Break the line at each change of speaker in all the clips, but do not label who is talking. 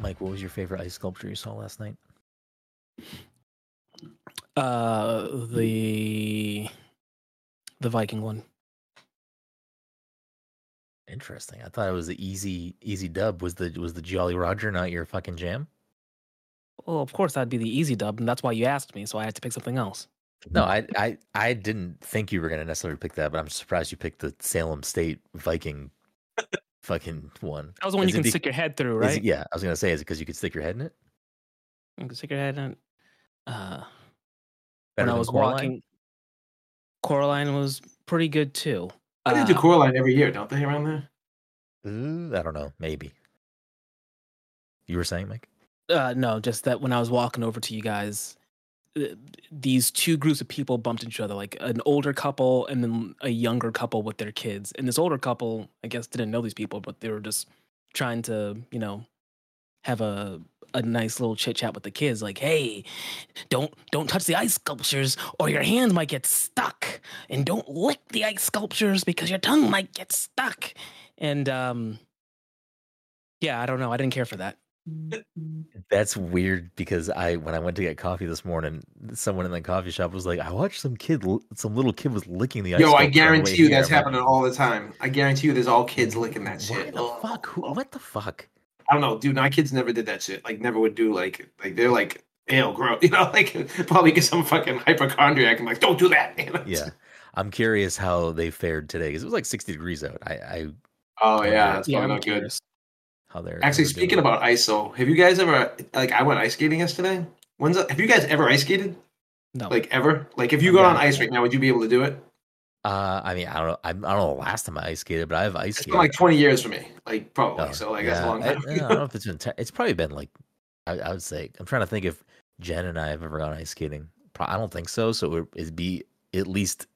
like what was your favorite ice sculpture you saw last night?
Uh, the the Viking one.
Interesting. I thought it was the easy easy dub. Was the was the Jolly Roger not your fucking jam?
Well, of course that'd be the easy dub, and that's why you asked me, so I had to pick something else.
No, I I I didn't think you were gonna necessarily pick that, but I'm surprised you picked the Salem State Viking fucking one.
That was the one
Is it
you can
be-
stick your head through,
Is
right?
it- yeah, I was gonna say, is it because you could stick your head in it?
You can stick your head in. Uh,
Better
when I
than
was
Coraline?
walking, Coraline was pretty good too.
I think they
Um,
do
Uh,
Coraline every year, don't they? Around there.
Ooh, I don't know, maybe. You were saying, Mike?
Uh, no, just that when I was walking over to you guys, th- these two groups of people bumped into each other, like an older couple and then a younger couple with their kids. And this older couple, I guess, didn't know these people, but they were just trying to, you know, have a a nice little chit chat with the kids. Like, hey, don't don't touch the ice sculptures, or your hands might get stuck, and don't lick the ice sculptures because your tongue might get stuck. And um, yeah, I don't know. I didn't care for that.
That's weird because I when I went to get coffee this morning, someone in the coffee shop was like, "I watched some kid, l- some little kid was licking the ice."
Yo, I
sculpture on the way
guarantee you
here."
that's
I'm like,
happening all the time. I guarantee you there's all kids licking that
Why
shit.
the
Ugh.
fuck? Who, what the fuck?
I don't know, dude. My kids never did that shit. Like, never would do like, like they're like, ew, gross. You know, like probably because I'm fucking hypochondriac. I'm like, don't do that. You know?
Yeah, I'm curious how they fared today because it was like 60 degrees out. I, I
Oh yeah, that's
Yeah,
probably
I'm
not good.
curious.
how they're
Actually, speaking about ISO, have you guys ever like I went ice skating yesterday? When's the, have you guys ever ice skated?
No.
Like ever? Like if you got
Yeah.
on ice right now, would you be able to do it?
uh, I mean, I don't know, I, I don't know the last time I ice skated, but I've ice
It's
skated.
been like 20 years for me. Like probably.
Oh,
so like that's a long
I, I
time.
don't know if it's been. Ten, it's probably been like, I, I would say. I'm trying to think if Jen and I have ever gone ice skating. Pro- I don't think so. So it, it'd be at least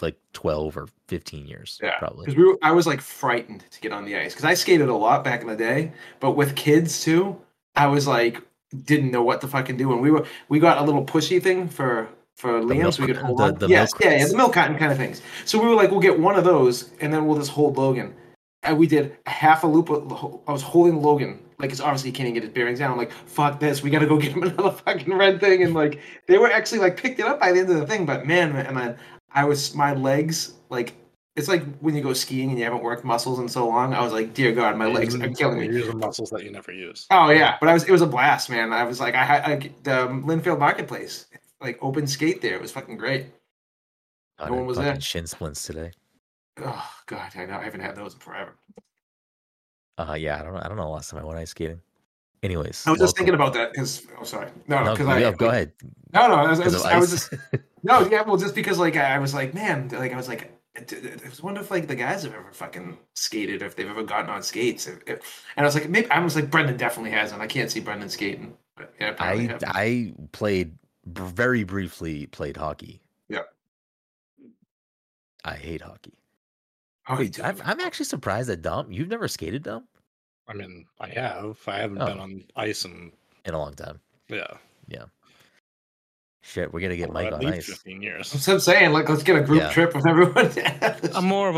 like 12 or 15 years.
Yeah,
probably.
Because we were, I was like frightened to get on the ice because I skated a lot back in the day, but with kids too, I was like didn't know what to fucking do. And we were we got a little pushy thing for for Liam, so
milk-
we could hold
the-
on.
the
yes,
milk
yeah, yeah,
cartons.
the milk cotton kind of things. So we were like, we'll get one of those, and then we'll just hold Logan. And we did half a loop. Of, the ho- I was holding Logan like it's obviously he can't even get his bearings down. I'm like, fuck this, we gotta go get him another fucking red thing. And like they were actually like picked it up by the end of the thing, but man, man, man I was my legs like it's like when you go skiing and you haven't worked muscles in so long. I was like, dear God, my legs are killing me.
Use the muscles that you never use.
Oh yeah, but I was it was a blast, man. I was like, I had I, the um, Linfield Marketplace, like open skate there. It was fucking great.
I
no one
had
was
fucking
there.
Shin splints today.
Oh God, I know I haven't had those in forever.
Uh, yeah, I don't. I don't know the last time I went ice skating. Anyways,
I was
welcome.
just thinking about that because oh sorry, no,
No,
because
yeah,
I
go ahead.
no no I was, I
'Cause
was,
of
I was
ice.
just oh, No, yeah, well, just because like I I was like, man, like I was like, I d- d- I was wondering if like the guys have ever fucking skated or if they've ever gotten on skates. If- if- And I was like, maybe I was like, Brendan definitely hasn't. I can't see Brendan skating. But yeah, probably
I
have.
I played br- very briefly played hockey.
Yeah.
I hate hockey.
Oh,
Wait,
dude.
I'm, I'm actually surprised that Dom. You've never skated Dom
I mean, I have. I haven't been
Oh.
on ice and
in a long time.
yeah,
Shit, we're gonna get
for
Mike
at
on
least
ice.
fifteen years.
That's what I'm saying. Like, let's get a group
Yeah.
trip with everyone.
I'm
I'm,
more of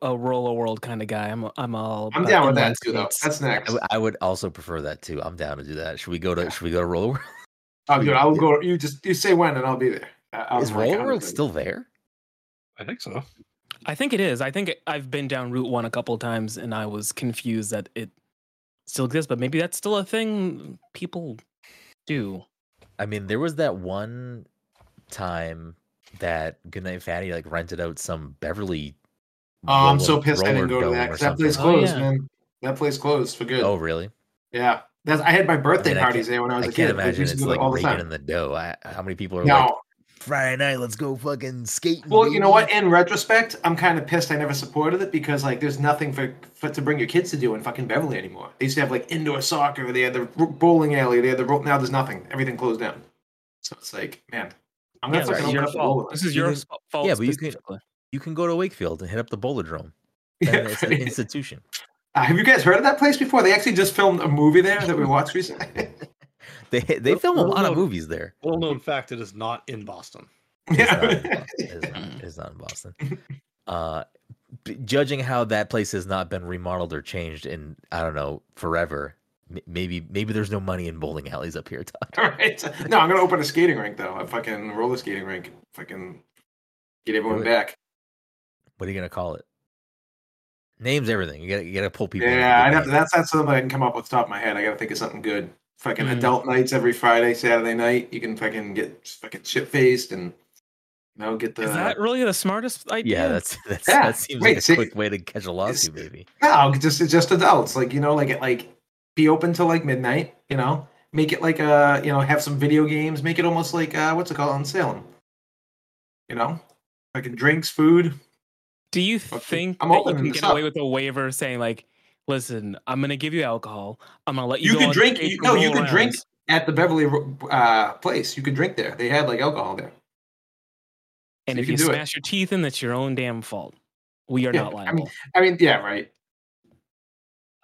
a a roller world kind of guy. I'm I'm all. about
down with that
inline
too, though.
skates.
That's
I
next.
w- I would also prefer that too. I'm down to do that. Should we go to? Should we go to Roller World?
Oh, dude, I'll go. You just you say when, and I'll be there. I- I'll
Is
like,
Roller
I'll
World
be there.
still there?
I think so.
I think it is. I think it- I've been down Route One a couple of times, and I was confused that it still exists. But maybe that's still a thing people do.
I mean, there was that one time that Goodnight Fatty like rented out some Beverly.
Oh, I'm
roller-
so pissed I
roller
didn't go to
dome
that
or
'cause that place
something.
Oh,
closed,
yeah.
man. That place closed for good.
Oh, really?
Yeah, that's. I had my birthday
I can't-
parties there when I was
I
a
can't
kid. Like, we
imagine
used to
it's
do it
like
all the
raking
time.
in the dough. I, how many people are
no,
like Friday night? Let's go fucking skate.
Well, you know what? In retrospect, I'm kind of pissed I never supported it because like there's nothing for, for to bring your kids to do in fucking Beverly anymore. They used to have like indoor soccer. They had the r- bowling alley. They had the ro- now there's nothing. Everything closed down. So it's like, man, I'm gonna
Yeah,
right.
this
fucking
is
open
your
up a
fault.
bowling.
This is
You
your
can-
sp- fault.
yeah, but you can-
specifically.
You can go to Wakefield and hit up the Bolodrome. And it's an
alley.
institution.
uh, have you guys heard of that place before? They actually just filmed a movie there that we watched recently.
They they
Little-
film a
little
lot of
known-
movies there.
Well known fact, it is not in Boston.
It's not in
yeah.
Boston. It is not, it is not in Boston. Uh, b- judging how that place has not been remodeled or changed in I don't know forever, M- Maybe maybe there's no money in bowling alleys up here, Todd.
All right. No, I'm gonna open a skating rink though. A fucking roller skating rink. Fucking get everyone
it.
back.
What are you gonna call it? Names everything. You gotta you gotta pull people. in.
Yeah, I'd have to, that's not something I can come up with off the top of my head. I gotta think of something good. Fucking
Mhm.
adult nights every Friday, Saturday night. You can fucking get fucking shit faced and you know get the
Is that really the smartest idea?
Yeah, that's, that's
Yeah,
that seems
wait,
like a
see-
quick way to catch a lawsuit, maybe.
no just it's just adults like you know like at like be open till like midnight. You know, make it like uh you know have some video games. Make it almost like uh what's it called on Salem. You know, fucking drinks, food.
Do you
Okay,
think
I'm
that you
opening
can
this
get
up.
away with a waiver saying like, "Listen, I'm going to give you alcohol. I'm going to let you."
You
go
could
on
drink-
stage
you-
for
no, you
roll
could drink.
rounds."
at the Beverly uh, place. You could drink there. They had like alcohol there.
And
you
if
can
you
do it.
smash your teeth in, that's your own damn fault. We are
Yeah,
not
I mean,
liable.
I mean, yeah, right.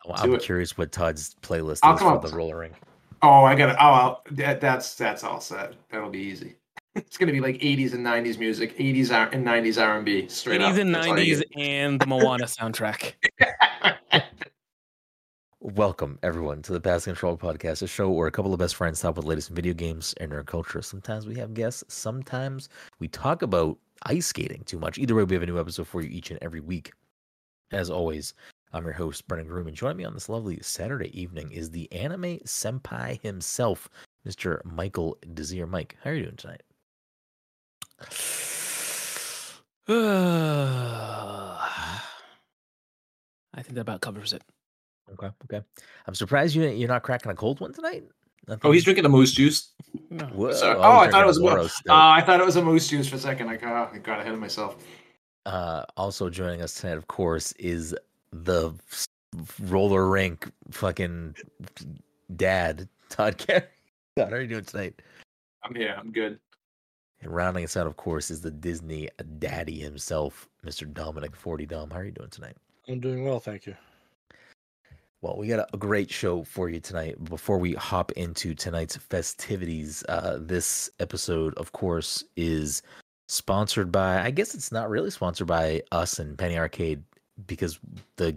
Well,
do
I'm
it.
curious what Todd's playlist
I'll
is
come
for
up
the
with-
roller rink.
Oh, I got it. Oh, well, that, that's that's all set. That'll be easy. It's gonna be like 80s and 90s music, 80s R- and 90s R&B straight up.
80s and
That's all you
90s and the Moana soundtrack.
get. Oh,
Welcome everyone to the Pass Control Podcast, a show where a couple of best friends talk about the latest in video games and nerd culture. Sometimes we have guests, sometimes we talk about ice skating too much. Either way, we have a new episode for you each and every week. As always, I'm your host, Brennan Groom, and joining me on this lovely Saturday evening is the anime senpai himself, Mr. Michael Desir. Mike, how are you doing tonight?
I think that about covers it.
Okay, okay. I'm surprised you you're not cracking a cold one tonight.
Oh, he's
Nothing-
drinking a moose juice.
No.
Whoa,
Sorry.
he's
Oh, I
drinking
thought it was
Moro
Moro.
still.
Oh, I thought it was a moose juice for a second. I got, I got ahead of myself.
Uh, also joining us tonight, of course, is the s- roller rink fucking dad, Todd Carey. Todd, how are you doing tonight?
I'm here. I'm good.
And rounding us out, of course, is the Disney daddy himself, Mr. Dominic Forty Dom. How are you doing tonight?
I'm doing well, thank you.
Well, we got a- a great show for you tonight. Before we hop into tonight's festivities, uh, this episode, of course, is sponsored by. I guess it's not really sponsored by us and Penny Arcade because the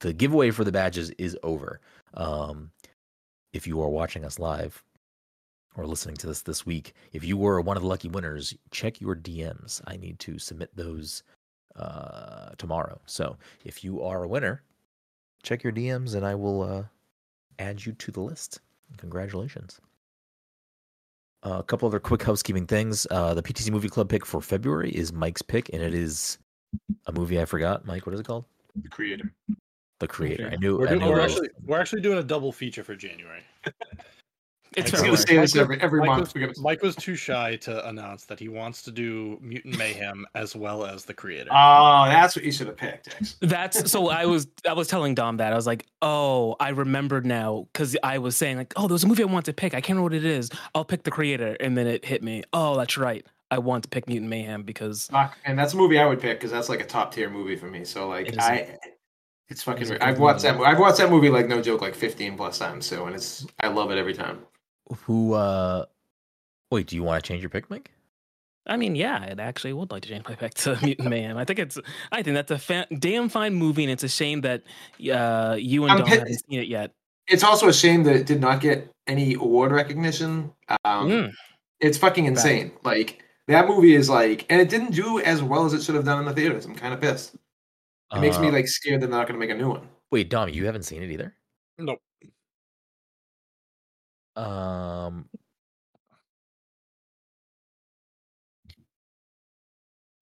the giveaway for the badges is over. Um, if you are watching us live or listening to this this week, if you were one of the lucky winners, check your DMs. I need to submit those uh, tomorrow. So if you are a winner, check your DMs and I will uh, add you to the list. Congratulations. Uh, a couple other quick housekeeping things. Uh, the PTC Movie Club pick for February is Mike's pick, and it is a movie I forgot. Mike, what is it called?
The creator.
The Creator.
Okay.
I knew.
We're,
I
doing,
knew
we're
that was-
actually we're actually doing a double feature for January.
It's
It's
I
fair.
was gonna say
February.
this
Mike
every every
Mike
month.
was,
We're gonna.
Mike was too shy to announce that he wants to do Mutant Mayhem as well as the creator.
Oh, that's what you should have picked. X.
That's so I was I was telling Dom that I was like, oh, I remembered now because I was saying like, oh, there's a movie I want to pick. I can't remember what it is. I'll pick the creator, and then it hit me. Oh, that's right. I want to pick Mutant Mayhem because
Fuck, and that's a movie I would pick because that's like a top tier movie for me. So like
It is a-
I, it's fucking.
is a
re-
good
I've watched
movie.
that. mo- I've watched that movie like no joke like fifteen plus times. So and it's I love it every time.
who? Uh, wait, do you want to change your pick, Mike?
I mean, yeah, I actually would like to change my pick to Mutant Mayhem. I think it's I think that's a fa- damn fine movie, and it's a shame that uh, you and
I'm
Dom
pit-
haven't seen it yet.
It's also a shame that it did not get any award recognition. Um,
Mm.
It's fucking insane. Like that movie is like, and it didn't do as well as it should have done in the theaters. I'm kind of pissed. It makes me
Uh,
like scared that they're not going to make a new one.
Wait, Dom, you haven't seen it either.
Nope.
Um,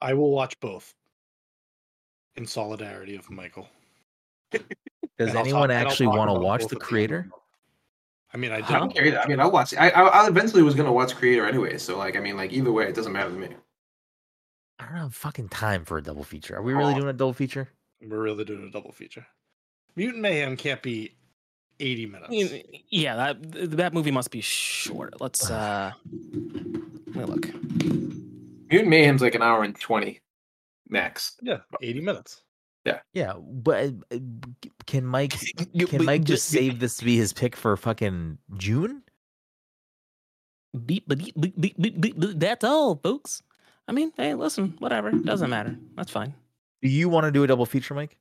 I will watch both in solidarity of Michael.
does
And I'll
anyone
talk- and I'll
actually
talk
want to
about
watch
both
the
of them.
creator?
I mean, I
Huh?
I
don't
don't care either. I mean, I'll watch. I I, I eventually was going to watch Creator anyway. So like, I mean, like either way, it doesn't matter to me.
I don't have fucking time for a double feature. Are we really
Oh.
doing a double feature?
We're really doing a double feature. Mutant Mayhem can't be 80 minutes.
I mean, yeah, that th- that movie must be short. Let's uh, let me look.
Mutant Mayhem's like an hour and twenty, max.
yeah, 80 minutes.
Yeah, but uh, uh, g- can Mike
You-
can
but
Mike
you-
just
you-
save this to be his pick for fucking June?
beep, ba- deep, beep, beep, beep, beep, beep. That's all, folks. I mean, hey, listen, whatever. Doesn't matter. That's fine.
Do you want to do a double feature, Mike?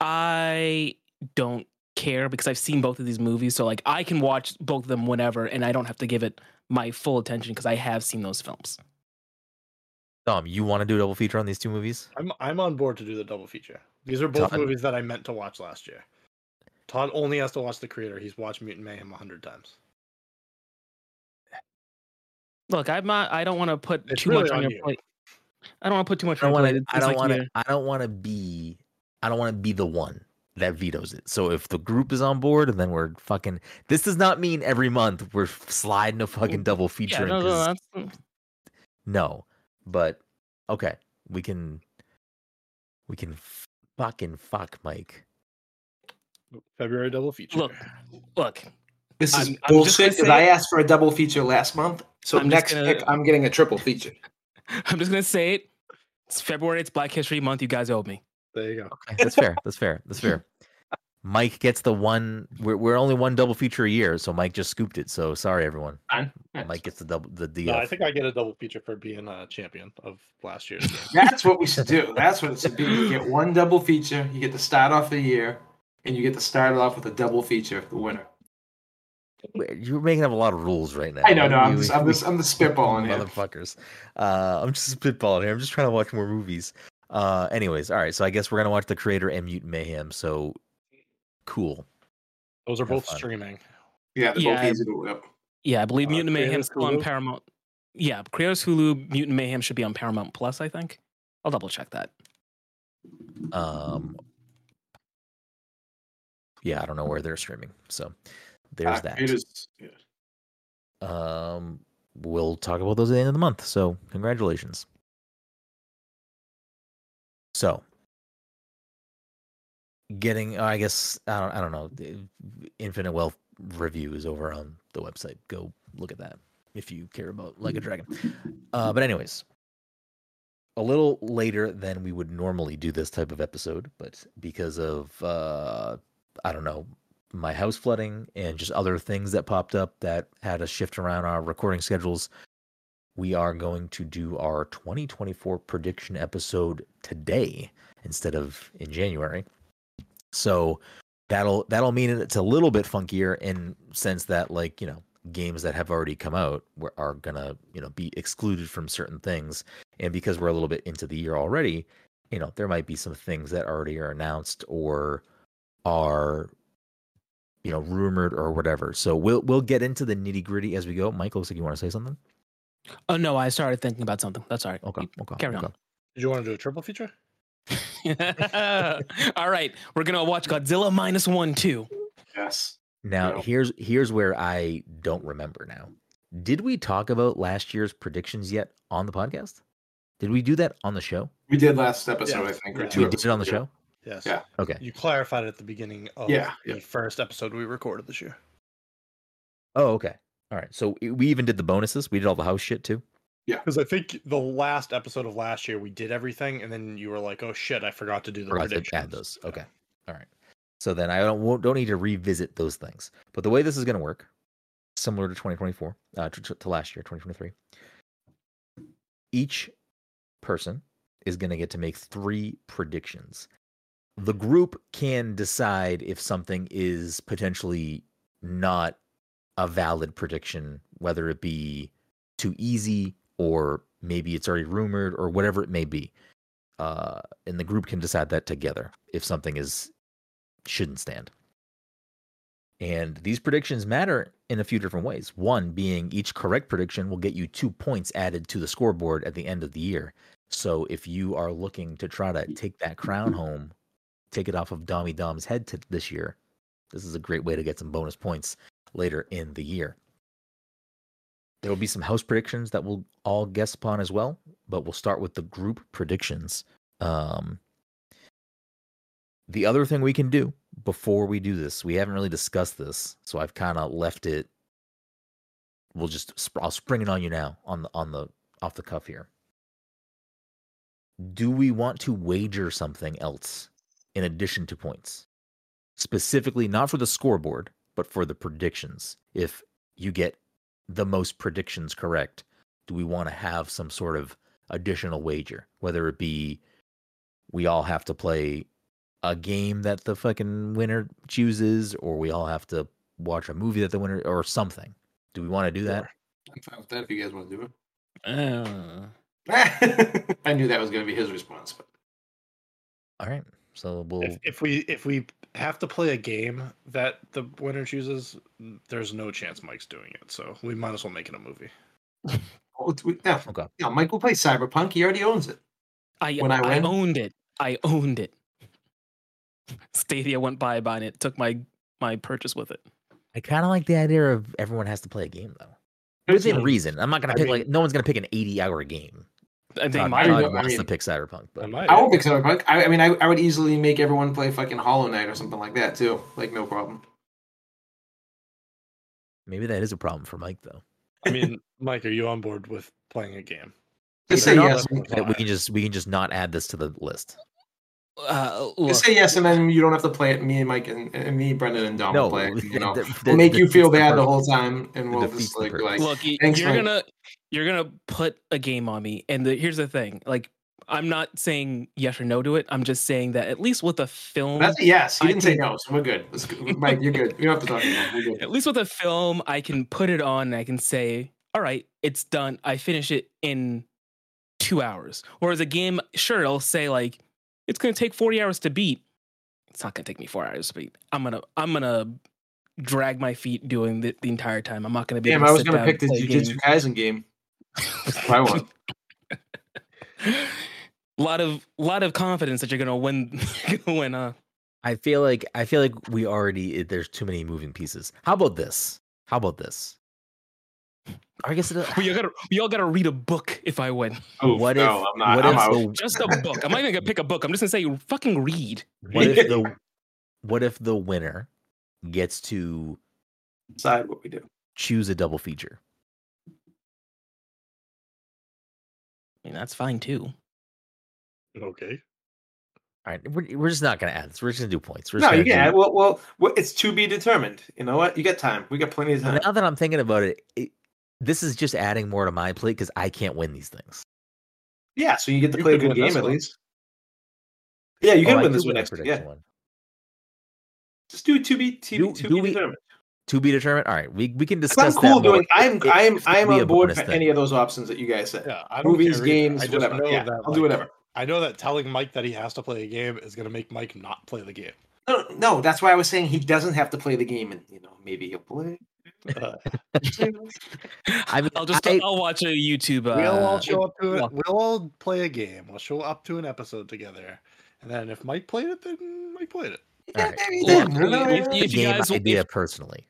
I don't care because I've seen both of these movies. So like I can watch both of them whenever, and I don't have to give it my full attention because I have seen those films.
Dom, you want to do a double feature on these two movies?
I'm I'm on board to do the double feature. These are both
Todd.
movies that I meant to watch last year. Todd only has to watch the creator. He's watched Mutant Mayhem a hundred times.
Look, I'm not. I don't want to put
It's
too
really
much on
on
your
you.
plate. I don't want to put too much
I don't want
on your plate.
to. I
It's
don't
like
want
your-
to. I don't want to be. I don't want to be the one that vetoes it. So if the group is on board, then we're fucking. This does not mean every month we're sliding a fucking double feature.
Yeah,
in,
no, no,
'cause it's
that's- mm,
No, but okay, we can, we can f- fucking fuck Mike.
February double feature.
Look, look.
This
I'm-
is
I'm just
bullshit
gonna
because
say
I asked for a double feature last month. So
I'm just
next
gonna-
pick, I'm getting a triple feature.
I'm just gonna say it. It's February. It's Black History Month. You guys owe me.
There you go.
Okay, that's fair. That's fair. That's fair. Mike gets the one. We're we're only one double feature a year, so Mike just scooped it. So sorry, everyone.
Fine. Yes.
Mike gets the double the DF.
No, I think I get a double feature for being a champion of last year's game.
That's what we should do. That's what it should be. You get one double feature. You get to start off the year, and you get to start it off with a double feature, the winner.
Wait, You're making up a lot of rules right now.
I know, no,
We-
I'm
we-
just, I'm
we-
just, I'm just spitballing here.
motherfuckers. Uh, I'm just spitballing here. I'm just trying to watch more movies. Uh, anyways, all right. So I guess we're gonna watch the creator and Mutant Mayhem. So cool.
Those are
Have
both
fun.
streaming.
Yeah, they're
Yeah.
both easy to whip.
Yeah, I believe
Uh,
Mutant Mayhem's
Creators
still on
Hulu?
Paramount. Yeah, Creators Hulu, Mutant Mayhem should be on Paramount Plus. I think. I'll double check that.
Um, yeah, I don't know where they're streaming. So there's
Uh,
that.
it is- yeah.
Um, we'll talk about those at the end of the month. So congratulations. So getting, uh, I guess, I don't, I don't know. the Infinite Wealth review is over on the website. Go look at that if you care about Like a Dragon. Uh, but anyways, a little later than we would normally do this type of episode, but because of uh, I don't know my house flooding and just other things that popped up that had us shift around our recording schedules, we are going to do our 2024 prediction episode today instead of in January. So that'll that'll mean it's a little bit funkier in sense that like you know games that have already come out were, are gonna you know be excluded from certain things, and because we're a little bit into the year already, you know there might be some things that already are announced or are you know rumored or whatever. So we'll we'll get into the nitty gritty as we go. Mike looks like you want to say something.
Oh no, I started thinking about something. That's all right.
Okay, okay,
carry on.
okay.
Did you want to do a triple feature?
all right, we're gonna watch Godzilla minus one two.
Yes.
Now
Yeah.
here's here's where I don't remember now. Did we talk about last year's predictions yet on the podcast? Did we do that on the show?
We did last episode, I think, or
Yeah.
two
We did it on the show.
episodes
Yes.
Yeah.
Okay.
You clarified it at the beginning of
Yeah,
the
yeah.
first episode we recorded this year.
Oh, okay. All right. So i- we even did the bonuses. We did all the house shit too.
Because I think the last episode of last year we did everything, and then you were like, "Oh shit, I forgot to do the
Forgot to
predictions."
add those.
Yeah.
Okay. All right. So then I don't won't, don't need to revisit those things. But the way this is going to work, similar to 2024, uh, to, to- to last year, 2023, each person is going to get to make three predictions. The group can decide if something is potentially not a valid prediction, whether it be too easy or maybe it's already rumored or whatever it may be. Uh, and the group can decide that together if something is shouldn't stand. And these predictions matter in a few different ways. One being each correct prediction will get you two points added to the scoreboard at the end of the year. So if you are looking to try to take that crown home, take it off of Dommy Dom's head t- this year, this is a great way to get some bonus points later in the year. There will be some house predictions that we'll all guess upon as well, but we'll start with the group predictions. Um, the other thing we can do before we do this, we haven't really discussed this, so I've kind of left it. We'll just sp- I'll spring it on you now on the on the off the cuff here. Do we want to wager something else in addition to points? Specifically, not for the scoreboard, but for the predictions. If you get the most predictions correct, do we want to have some sort of additional wager? Whether it be we all have to play a game that the fucking winner chooses, or we all have to watch a movie that the winner or something. Do we want to do that?
I'm fine with that if you guys want to do
Uh,
it. I knew that was going to be his response, but
All right. So we'll
If, if we if we have to play a game that the winner chooses, there's no chance Mike's doing it. So we might as well make it a movie.
oh, do we, no,
okay.
no, Mike will play Cyberpunk. He already owns it.
I,
When I
I
win?
owned it. I owned it. Stadia went by by and it took my my purchase with it.
I kind of like the idea of everyone has to play a game though, within reason. I'm not gonna
I
pick
mean-
like no one's gonna pick an 80 hour game.
I think
Todd-
my
Todd
I
wants to
mean-
pick Cyberpunk, but
might.
I won't pick Cyberpunk. I, I mean, I, I would easily make everyone play fucking Hollow Knight or something like that too. Like no problem.
maybe that is a problem for Mike though.
I mean, Mike, are you on board with playing a game?
Just
They're
say
not
yes.
listening.
That we
Why?
can just we can just not add this to the list.
uh, look,
Just say yes, and then you don't have to play it. Me and Mike and, and me, Brendan and Dom will
No,
play. It, you know,
that-
we'll
that
make you
defeats
feel bad the
purpose.
whole time, and we'll
defeats
just
the
like, be like
purpose.
look, y-
Thanks,
you're
Mike.
gonna you're gonna put a game on me, and the, here's the thing: like, I'm not saying yes or no to it. I'm just saying that at least with a film,
that's a yes. He
I
didn't say
can-
no, so we're good. Let's go. Mike, you're good. We don't have to talk anymore. We're good.
at least with a film, I can put it on and I can say, all right, it's done. I finish it in two hours. Whereas a game, sure, it'll say like, it's gonna take 40 hours to beat. It's not gonna take me four hours to beat. I'm gonna I'm gonna drag my feet doing the, the entire time. I'm not gonna be
Damn,
able to
I was
sit
gonna
down and
pick the
play a
Jujutsu
game.
Kaisen game. That's what I want.
lot of lot of confidence that you're gonna win you're gonna win uh, huh
I feel like I feel like we already it- there's too many moving pieces. How about this? How about this? I guess it,
we all gotta we all gotta read a book if i win
Oof,
what if
no, I'm not.
what
I'm
if
out.
the
just a book i'm not even gonna pick a book i'm just gonna say fucking read
what if the what if the winner gets to
decide what we do?
choose a double feature?
i mean that's fine too
Okay.
All right, we're, we're just not gonna add this. We're just gonna do points. We're just
No, you
gonna
can't.
do-
Well, well, well, it's to be determined. You know what? You got time. We got plenty of time.
Now that I'm thinking about it, it this is just adding more to my plate because I can't win these things.
Yeah, so you get to
You
play a
could
good
win
game
this
at
one.
least. Yeah, you
Oh,
can
I
win
do
this one
a
next. Yeah,
prediction one.
just do two B two
Do-
B two
do
B
we
determined.
To be determined. All right, we, we can
'Cause
discuss.
I'm cool
that more.
doing. I'm
It-
I'm
it
I'm
could be
on
a
board
bonus
for
thing.
any of those options that you guys said.
Yeah, I don't
Movies,
care either.
games,
I just
whatever.
know
Yeah,
that,
I'll do
like,
whatever.
I know that telling Mike that he has to play a game is going to make Mike not play the game.
No, no, that's why I was saying he doesn't have to play the game, and you know maybe he'll play.
Uh,
I mean,
i'll just
I-
i'll watch a youtube uh,
we'll all show up to it.
well-
We'll all play a game. We'll show up to an episode together, and then if Mike played it, then Mike played it.
All
Yeah,
right.
maybe he
Look,
didn't. No,
if-
no,
the
if you
game
guys-
idea personally.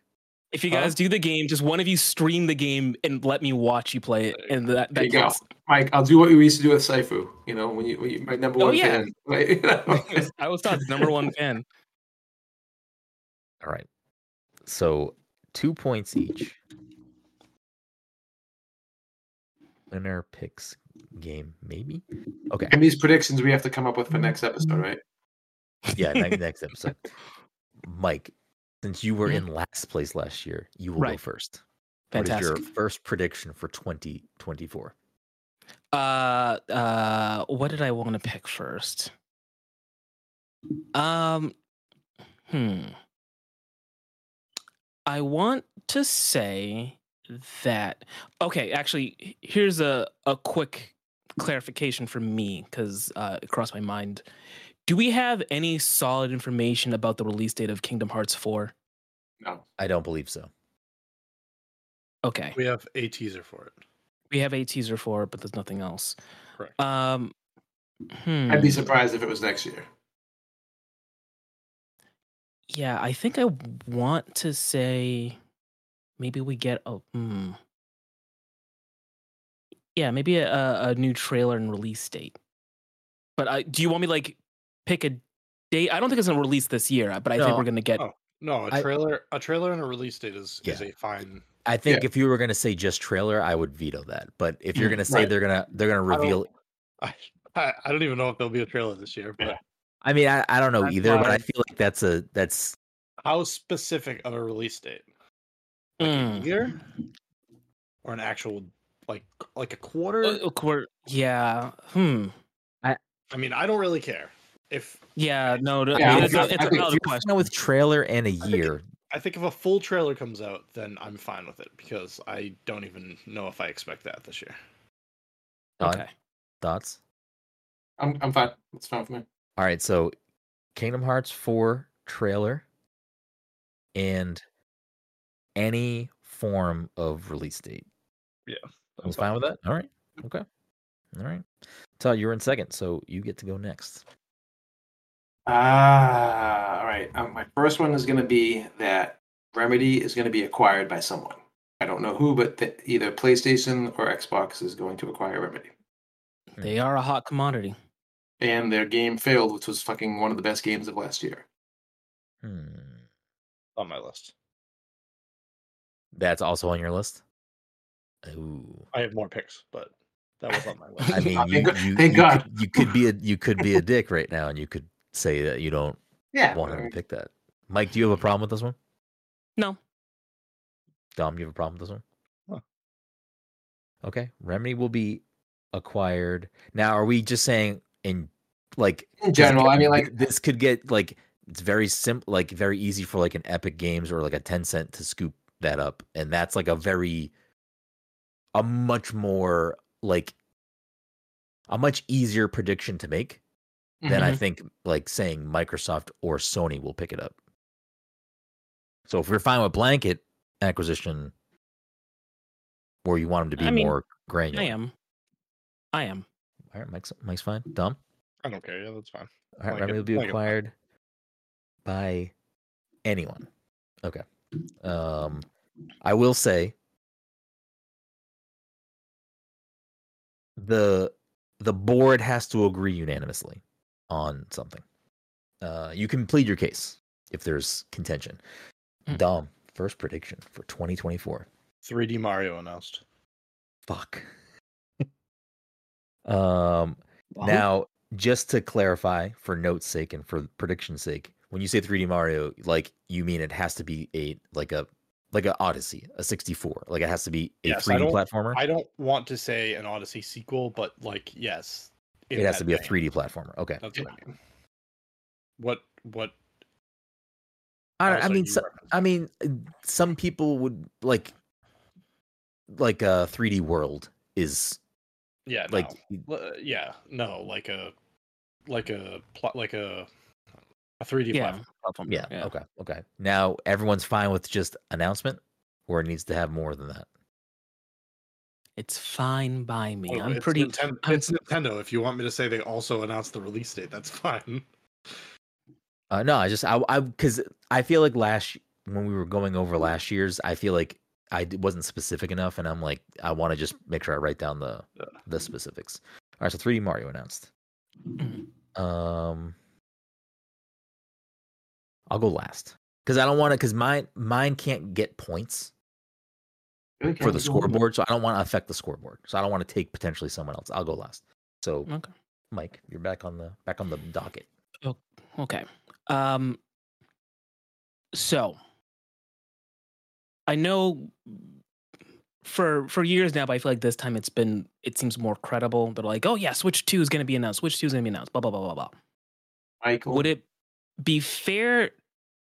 if you
Huh?
guys do the game just one of you stream the game and let me watch you play it and that, that
There you go.
counts.
Mike, I'll do what we used to do with Saifu. You know, when you, when you my number
Oh,
one
yeah.
fan. Like, you know?
i was Todd's number one fan
All right. So two points each. Winner picks game, maybe? Okay.
and these predictions we have to come up with for next episode, right?
Yeah, next, next episode. Mike, since you were in last place last year, you will go
Right.
first.
fantastic
What is your first prediction for 2024?
Uh, uh, what did I want to pick first? Um, hmm. I want to say that. Okay, actually, h- here's a a quick clarification for me because uh, it crossed my mind. Do we have any solid information about the release date of Kingdom Hearts 4?
No.
I don't believe so.
Okay.
We have a teaser for it.
We have a teaser for it, but there's nothing else.
Correct.
Um, hmm.
I'd be surprised if it was next year.
Yeah, I think I want to say maybe we get a hmm. Yeah, maybe a, a, a new trailer and release date. But I, do you want me to, like pick a date? I don't think it's gonna release this year, uh, but I think
No.
we're gonna get.
Oh. No,
I-
a trailer, a trailer, and a release date is is
Yeah.
a fine.
I think if you were going to say just trailer, I would veto that. But if you're
Mm,
going to say
right.
they're going to they're going to
I don't-
reveal
I, I I don't even know if there'll be a trailer this year. But
Yeah.
I mean, I, I don't know
That's
either, but I
fine.
feel like that's a that's
how specific of a release date?
Hmm.
Mm.
Year or an actual like like a quarter?
Uh, uh, quar- yeah. Hmm.
I mean, I don't really care If
Yeah, no, no,
Yeah, I
it's, a,
think-
it's
I
a
think
valid
You're
question.
fine with trailer and a
think it-
year.
I think if a full trailer comes out, then I'm fine with it because I don't even know if I expect that this year.
Don,
Okay.
Thoughts?
I'm I'm fine. It's fine for me.
All right, so Kingdom Hearts 4 trailer and any form of release date.
I'm
I'm fine with that. All right. Okay. All right. Todd, you're in second, so you get to go next.
Ah, all right. Um, my first one is going to be that Remedy is going to be acquired by someone. I don't know who, but th- either PlayStation or Xbox is going to acquire Remedy.
They are a hot commodity.
And their game failed, which was fucking one of the best games of last year.
Hmm.
on my list.
That's also on your list. Ooh.
I have more picks, but that was on my list.
I mean,
Thank
you,
God-
you,
thank
you
God.
Could, you could be a you could be a dick right now, and you could say that you don't
Yeah.
want him to pick that. Mike, do you have a problem with this one?
No.
Dom, you have a problem with this one?
No.
Okay. Remedy will be acquired. Now, are we just saying in like
In
this
general, I
could-
mean, like,
this could get like it's very simple, like very easy for like an Epic Games or like a Ten Cent to scoop that up, and that's like a very a much more like a much easier prediction to make than I think like saying Microsoft or Sony will pick it up. So if we're fine with blanket acquisition, or you want them to be
I mean,
more granular,
I am. I am.
All right, Mike's Mike's fine. Dumb.
I don't care. Yeah, that's fine.
All right,
Blanket-
Remedy will be
blanket.
acquired by anyone. Okay. Um, I will say the the board has to agree unanimously on something. Uh, you can plead your case if there's contention.
Mm.
Dom, first prediction for 2024.
3D Mario announced.
Fuck. um, now, just to clarify, for note's sake and for prediction's sake, when you say 3D Mario, like you mean it has to be a like a like a Odyssey, a 64, like it has to be a
Yes, I
3D
don't-
platformer.
I don't want to say an Odyssey sequel, but like yes, in
It has to
that
be a
vein.
3D platformer. Okay.
That's what I mean. What what
I,
else
I
are
mean,
you
so,
referencing?
I mean, uh, some people would like like a 3D World is
yeah
like
no. Well, uh, yeah no like a like a plot like a a 3D
Yeah.
platform.
platform,
yeah, okay, okay. Now everyone's fine with just announcement, or it needs to have more than that.
It's fine by me.
Well,
I'm
Oh, it's
pretty.
Nintendo,
I'm-
it's Nintendo. If you want me to say they also announced the release date, that's fine.
Uh, no, I just I I because I feel like last when we were going over last year's, I feel like I d- wasn't specific enough, and I'm like I want to just make sure I write down the
Yeah.
the specifics. All right, so 3D Mario announced.
Mhm.
Um, I'll go last because I don't want to because mine mine can't get points for the scoreboard, so I don't want to affect the scoreboard. So I don't want to take potentially someone else. I'll go last. So
Okay.
Mike, you're back on the back on the docket.
Okay. Um. So, I know for for years now, but I feel like this time it's been it seems more credible. They're like, oh yeah, Switch Two is going to be announced. Switch Two is going to be announced. Blah blah blah blah blah.
Michael.
Would it be fair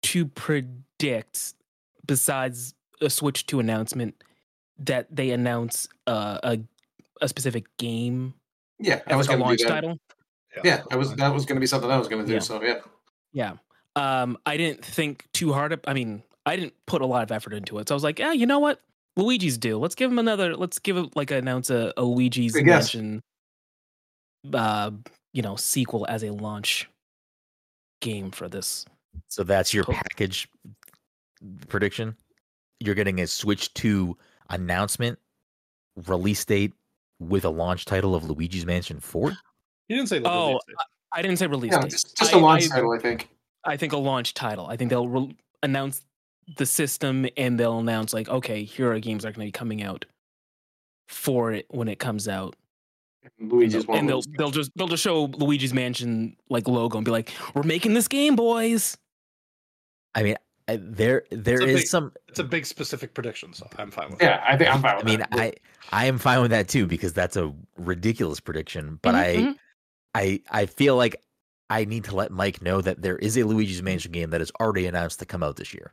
to predict, besides a Switch Two announcement, that they announce uh, a a specific game
yeah, I
as
was
like a
going to
launch
do that.
title?
Yeah,
that's
I was
fine.
that was going to be something I was going to do.
Yeah.
So yeah,
Yeah. Um, I didn't think too hard. ab- I mean, I didn't put a lot of effort into it. So I was like, yeah, you know what? Luigi's due. Let's give him another. Let's give him like announce a, a Luigi's
Good guess.
Mansion, uh, you know, sequel as a launch game for this.
So that's your
Cool.
package prediction. You're getting a Switch 2 announcement, release date with a launch title of Luigi's Mansion 4.
You didn't say the
Oh,
release date.
I didn't say release
yeah,
date.
just, just
I-
a launch
I-
title, I think.
I think a launch title. I think they'll re- announce the system and they'll announce like, okay, here are games that are going to be coming out for it when it comes out.
Luigi's one.
and
of
they'll
those.
they'll just they'll just show Luigi's Mansion like logo and be like, "We're making this game, boys."
I mean, I, Uh, there there
a
is
big-
some
It's a big specific prediction, so I'm fine with it.
Yeah, I think I'm fine.
I
With
mean,
that.
I I am fine
Mm-hmm,
with that too because that's a ridiculous prediction, but
Mhm,
I I I feel like I need to let Mike know that there is a Luigi's Mansion game that is already announced to come out this year.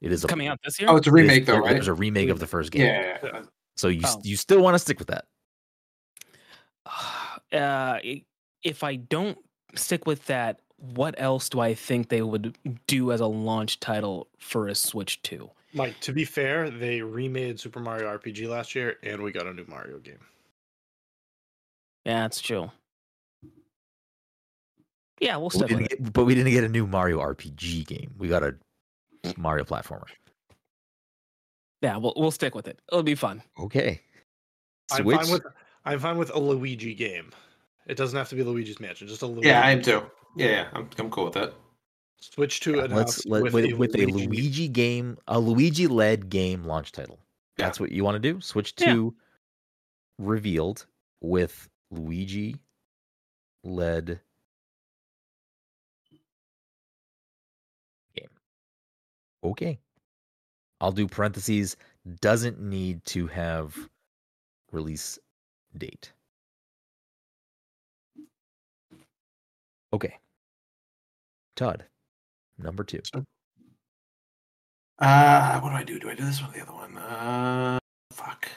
It is a,
coming out this year.
Oh, it's
it
a
is-
remake though,
there-
right?
There's a remake of the first game.
Yeah. yeah.
So you s-
Oh.
you still want to stick with that?
uh, i- if I don't stick with that, what else do I think they would do as a launch title for a Switch 2?
Like to be fair, they remade Super Mario RPG last year, and we got a new Mario game.
Yeah, that's true. Yeah, we'll
We
stick with
didn't
it.
get- but we didn't get a new Mario RPG game. We got a Mario platformer.
Yeah, we'll we'll stick with it. It'll be fun.
Okay.
I'm
Switch.
fine with I'm fine with a Luigi game. It doesn't have to be Luigi's Mansion, just a Luigi.
Yeah, I am too. Yeah, yeah, I'm, I'm cool with that.
Switch to
Yeah,
an
let's let, with, with, a Luigi, game, a Luigi led game launch title.
Yeah.
That's what you want to do. Switch
Yeah.
to revealed with Luigi led game. Okay. I'll do parentheses. Doesn't need to have release date. Okay. Todd, number two.
Uh, what do I do? Do I do this one or the other one? Uh, fuck.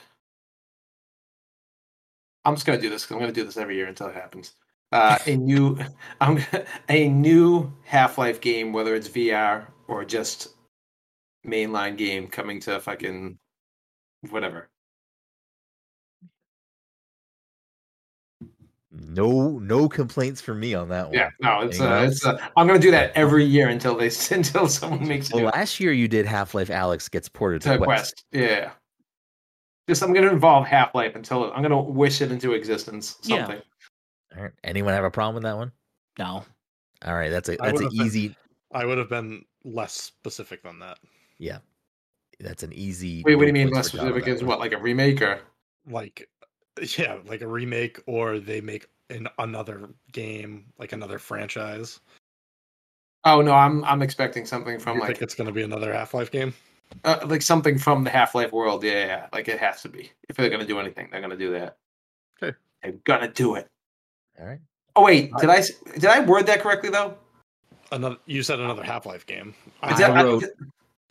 I'm just gonna do this because I'm gonna do this every year until it happens. Uh, a new, I'm gonna- a new Half-Life game, whether it's VR or just mainline game, coming to fucking whatever.
No, no complaints from me on that one.
Yeah, no, it's
Anyone
uh,
else?
it's uh, I'm gonna do that every year until they until someone makes it
Well, last year you did Half Life Alex gets ported
to
to
Quest.
Quest.
Yeah. Just I'm gonna involve Half-Life until I'm gonna wish it into existence.
Yeah.
Something.
All right. Anyone have a problem with that one?
No.
All right, that's a
I
that's an
would've been-
easy
I would have been less specific than that.
that's an easy.
Wait, what do you
no
mean
points
less
for Todd on
specific?
that
Is
one.
what like a remake or?
Like, yeah, like a remake, or they make an another game, like another franchise.
Oh no, I'm I'm expecting something
i
from
think
like
it's going to be another Half Life game.
uh, like something from the Half Life world. Yeah, yeah, yeah, like it has to be. If they're gonna do anything, they're gonna do that.
Okay.
They're gonna do it.
All right.
Oh wait, did I s- did I word that correctly though?
Another, you said another Half Life game.
I
Is that-
I,
I-
wrote-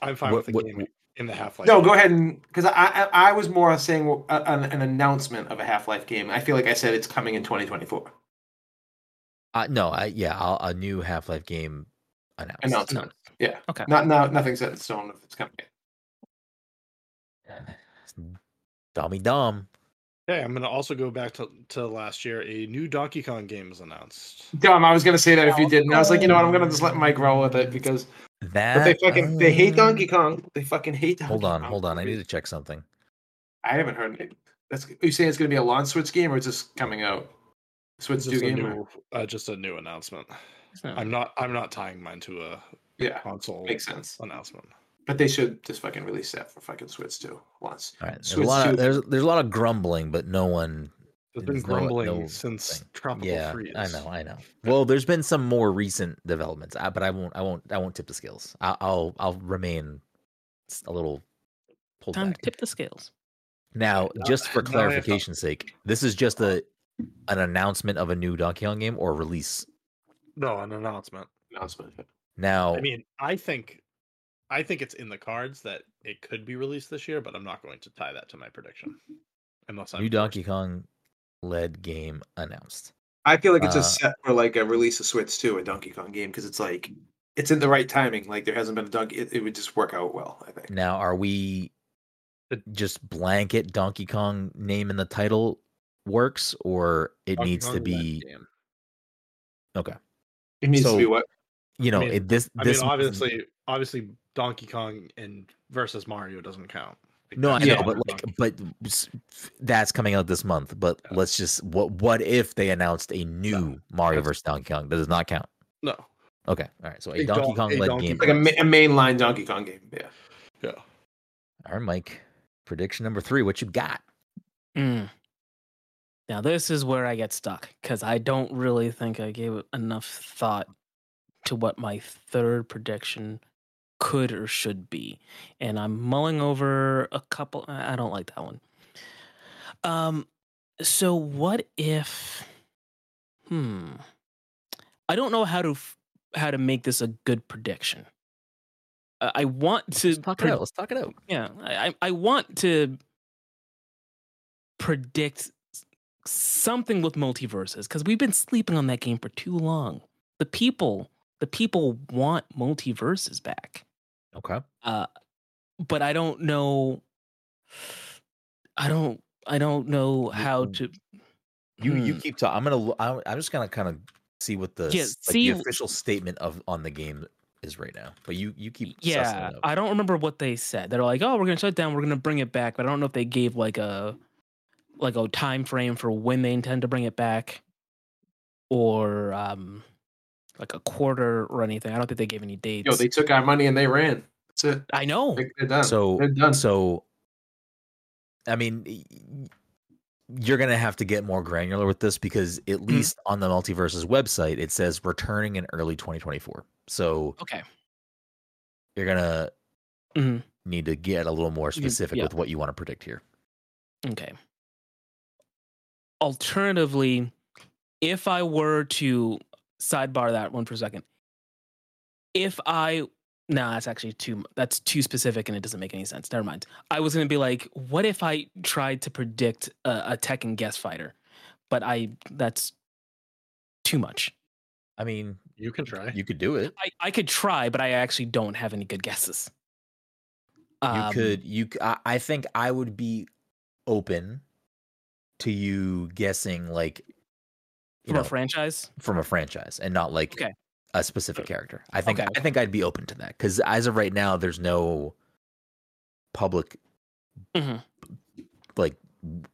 I'm fine
What-
with the
what-
game in the Half Life.
no, go ahead and because I, I I was more saying a, an, an announcement of a Half Life game. I feel like I said it's coming in 2024.
Uh, no, I yeah, I'll, a new Half Life game announced.
Announcement. Yeah.
Okay.
Not now. Nothing set in stone if it's coming.
Dommy Dom.
Okay, I'm going to also go back to, to last year. A new Donkey Kong game was announced.
Dumb. I was gonna say that if you didn't, I was like, you know what? I'm gonna just let Mike roll with it because
That
But they fucking they hate
uh,
Donkey Kong. They fucking hate Donkey
Hold
Kong.
on, hold on. I need to check something.
I haven't heard it. That's are you saying it's gonna be a launch Switch game or it's just coming out? Switch
It's
two
just a
game.
new, uh, just a new announcement.
It's not-
I'm not. I'm not tying mine to a
Yeah,
console
makes sense.
announcement.
But they should just fucking release that for fucking Switch two once.
All right. There's a
Switch
lot.
two.
Of, there's there's a lot of grumbling, but no one.
There's been
There's no-
grumbling
no
since
thing.
Tropical
Yeah,
Freeze.
I know, I know. Well, there's been some more recent developments, I, but I won't, I won't, I won't tip the scales. I, I'll, I'll remain s- a little pulled
Time
back.
to tip the scales.
Now,
Now-
just for
Uh, now I have to-
clarification's sake, this is just a an announcement of a new Donkey Kong game or release.
No, an announcement.
Announcement.
Now,
I mean, I think, I think it's in the cards that it could be released this year, but I'm not going to tie that to my prediction, unless I'm
new Donkey Kong led game announced.
I feel like
it's just
set for like a release of Switch two, a Donkey Kong game, because it's like it's in the right timing. Like there hasn't been a Donkey. It, it would just work out well. I think.
Now, are we
The-
just blanket Donkey Kong name in the title works, or it
Donkey
needs to
Kong Land
be,
game.
It needs
So-
to be what
you know,
mean-
it, this
I
this
mean, obviously, obviously, Donkey Kong and versus Mario doesn't count.
No, I
because
know,
Yeah.
but
Donkey
like, but s- f- that's coming out this month. But
Yeah.
let's just what what if they announced a new Mario
that's-
versus Donkey Kong? That does not count.
no,
Okay, all right. So a
A
Donkey
Don-
Kong
a
led
Donkey
game.
like a, ma- a mainline Donkey Kong game. Yeah.
yeah.
All right, Mike. Prediction number three. What you got?
Mm. Now this is where I get stuck because I don't really think I gave it enough thought to what my third prediction could or should be, and I'm mulling over a couple. I I don't like that one. Um, so what if? Hmm, I don't know how to f- how to make this a good prediction. Uh, I want to
Let's talk it
pred-
out. Let's talk it out.
yeah, I I- I want to predict s- something with multiverses because we've been sleeping on that game for too long. The people, the people want multiverses back,
Okay.
uh, but I don't know. I don't. I don't know how to.
You you
Hmm.
keep talking. I'm gonna. lo- I'm I'm just gonna kind of see what the
Yeah,
s- like
see-
the official statement of on the game is right now. But you you keep sussing
yeah
it out.
i don't remember what they said they're like oh we're gonna shut it down we're gonna bring it back but i don't know if they gave like a like a time frame for when they intend to bring it back or um like a quarter or anything i don't think they gave any dates
Yo, they took our money and they ran. That's it.
i know
Like, They're done.
so
they're done.
so. I mean, y- y- you're gonna have to get more granular with this because at least on the multiverse's website, it says returning in early 2024. So
okay
you're gonna
Mhm.
need to get a little more specific
yeah.
with what you want to predict here.
okay alternatively if i were to sidebar that one for a second if i no, that's actually too mu- that's too specific and it doesn't make any sense. Never mind. I was gonna be like, what if I tried to predict a, a Tekken guest fighter, but I that's too much.
I mean,
You can try.
you could do it.
I, I could try, but I actually don't have any good guesses.
you
Um,
could you c- I, I think i would be open to you guessing like you
from
know,
a franchise.
from a franchise and not like
Okay.
a specific character i think
Okay.
i think i'd be open to that because as of right now there's no public
Mhm.
like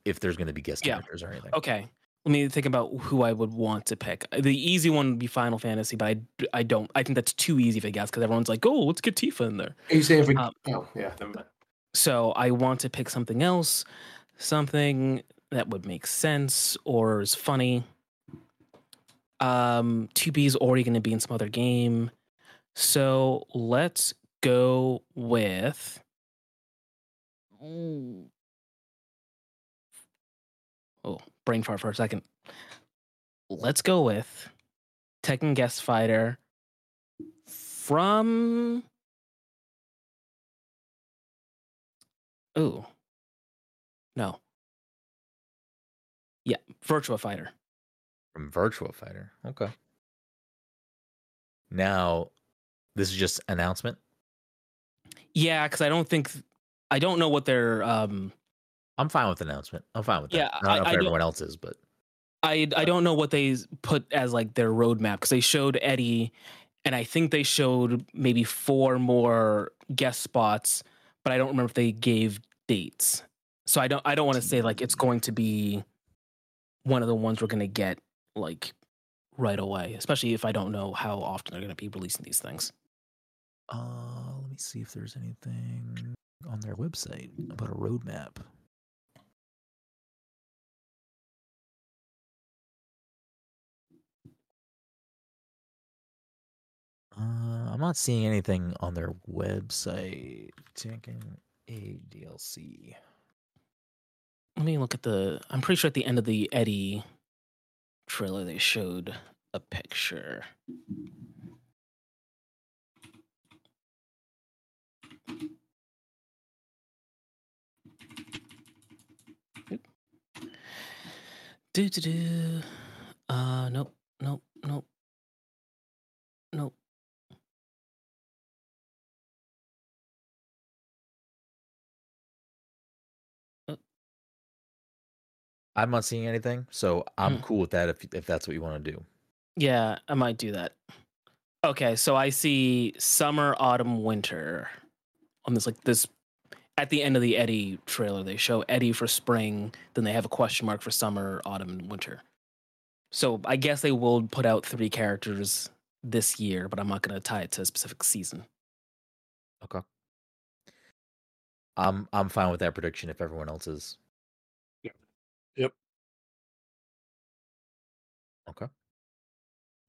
if there's going to be guest
Yeah.
characters or anything
Okay. Let me think about who I would want to pick. Uh, The easy one would be Final Fantasy, but I, I don't. I think that's too easy of a guess because everyone's like, oh, let's get Tifa in there.
Are you saying for?
um,
oh yeah, never mind.
So I want to pick something else, something that would make sense or is funny. Um, 2B's already going to be in some other game. So let's go with. Ooh. Oh, brain fart for a second. Let's go with Tekken Guest Fighter from. Ooh. No. Yeah, Virtua Fighter.
from virtual fighter okay now this is just announcement
Yeah, because I don't think I don't know what their um
i'm fine with announcement i'm fine with that
Yeah,
i don't
I-
know
I
if
don't-
everyone else is but
I I don't know what they s- put as like their roadmap because they showed Eddie, and I think they showed maybe four more guest spots, but I don't remember if they gave dates. So I don't I don't want to say like it's going to be one of the ones we're gonna get like right away, especially if I don't know how often they're gonna be releasing these things.
Uh, let me see if there's anything on their website about a roadmap. Uh, I'm not seeing anything on their website. Taking a DLC.
let me look at the i'm pretty sure at the end of the eddie trailer they showed a picture do do do uh nope nope nope nope
I'm not seeing anything, so I'm cool with that. If if that's what you want to do,
Yeah, I might do that. Okay, so I see summer, autumn, winter on this like this at the end of the Eddie trailer they show Eddie for spring, then they have a question mark for summer, autumn, and winter. So I guess they will put out three characters this year, but I'm not going to tie it to a specific season.
I'm I'm fine with that prediction. If everyone else is,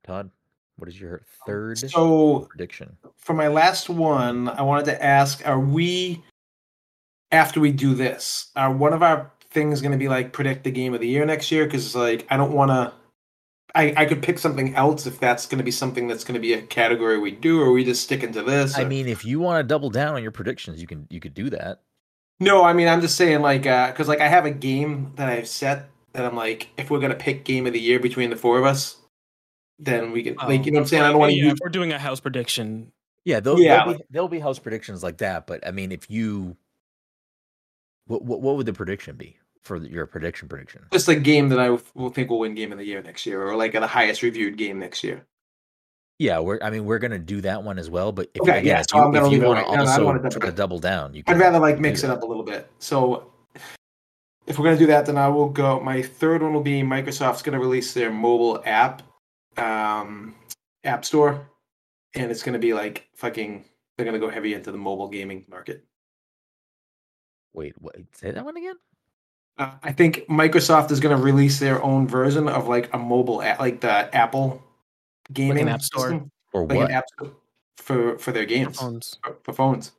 Todd, what is your third
Um, So
prediction?
for my last one, I wanted to ask: Are we after we do this? Are one of our things going to be like predict the game of the year next year? Because like I don't want to. I, I could pick something else if that's going to be something that's going to be a category we do, or are we just sticking to this?
I
or-
mean, if you want to double down on your predictions, you can you could do that.
no, I mean, I'm just saying, like, because like I have a game that I've set that I'm like, if we're going to pick game of the year between the four of us, then we can,
Oh.
like, you know what I'm saying? I don't want to
Um, Yeah,
uh,
use.
if we're doing a house prediction.
Yeah, they'll,
Yeah,
There'll, be, there'll be house predictions like that. But I mean, if you, what what, what would the prediction be for your prediction prediction?
Just a game that I will think will win game of the year next year, or like the highest reviewed game next year.
Yeah, we're I mean we're gonna do that one as well. But if,
Okay,
again,
yeah,
if
so
you,
I'm gonna
if you
leave it
want to
right now, I don't
also
wanna double
try to
down.
double down, you
I'd
can
rather like
do
mix it
that.
up a little bit. So if we're gonna do that, then I will go. My third one will be Microsoft's gonna release their mobile app, um, app store, and it's gonna be like fucking. They're gonna go heavy into the mobile gaming market.
Wait, what, say that one again.
Uh, I think Microsoft is gonna release their own version of like a mobile app, like the Apple gaming
app store?
system,
Or
like
what?
an app store for for their games for,
Phones.
for phones,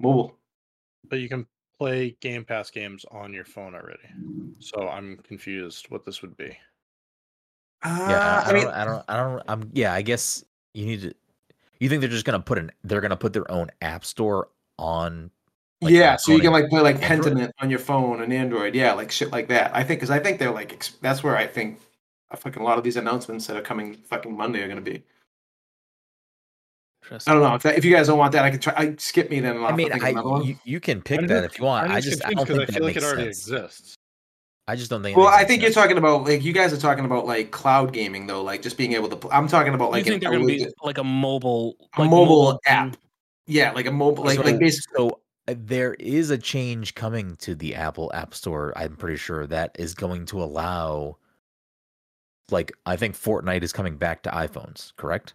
mobile.
But you can play Game Pass games on your phone already. So I'm confused what this would be.
yeah,
Uh,
I, I, don't, I don't, I don't, I'm yeah. I guess you need to. You think they're just gonna put an? They're gonna put their own app store on? like,
yeah,
on
so you can
Sony
like play like
Android?
Pentiment on your phone and Android. Yeah, like shit like that. I think because I think they're like ex- that's where I think a fucking lot of these announcements that are coming fucking Monday are gonna be. I
Interesting.
don't know if, that, if you guys don't want that, I can try. I skip me then. and I'll
I mean,
think of
I,
another one.
you, you can pick
I'm
that
just-
if you want.
I'm
I just I
confused
don't
'cause
think that
feel like
makes
it already
sense.
exists.
I just don't think. it
well,
makes
I
any
think you're
sense.
talking about like you guys are talking about like cloud gaming though, like just being able to. Pl- I'm talking about like
you think
an-
they're going to be like a mobile,
a
like
mobile
thing?
app, yeah, like a mobile, like
so,
like basically.
so uh, there is a change coming to the Apple App Store. I'm pretty sure that is going to allow. Like I think Fortnite is coming back to iPhones, correct?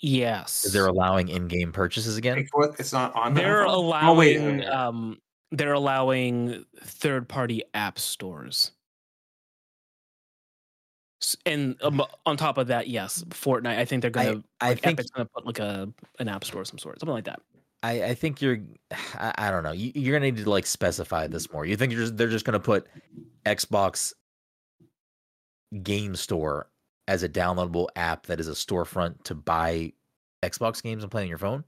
Yes,
'Cause They're allowing in-game purchases again.
like, what- It's not on. the
They're
iPhone?
allowing.
Oh, wait, wait, wait.
Um, they're allowing third-party app stores. S- And um, on top of that, yes, Fortnite. I think they're going to.
I think
Epic's going to put like a an app store of some sort, something like that.
I, I think you're I, I don't know. You, you're gonna need to like specify this more. You think you're just, they're just gonna put Xbox Game Store as a downloadable app that is a storefront to buy Xbox games and play on your phone?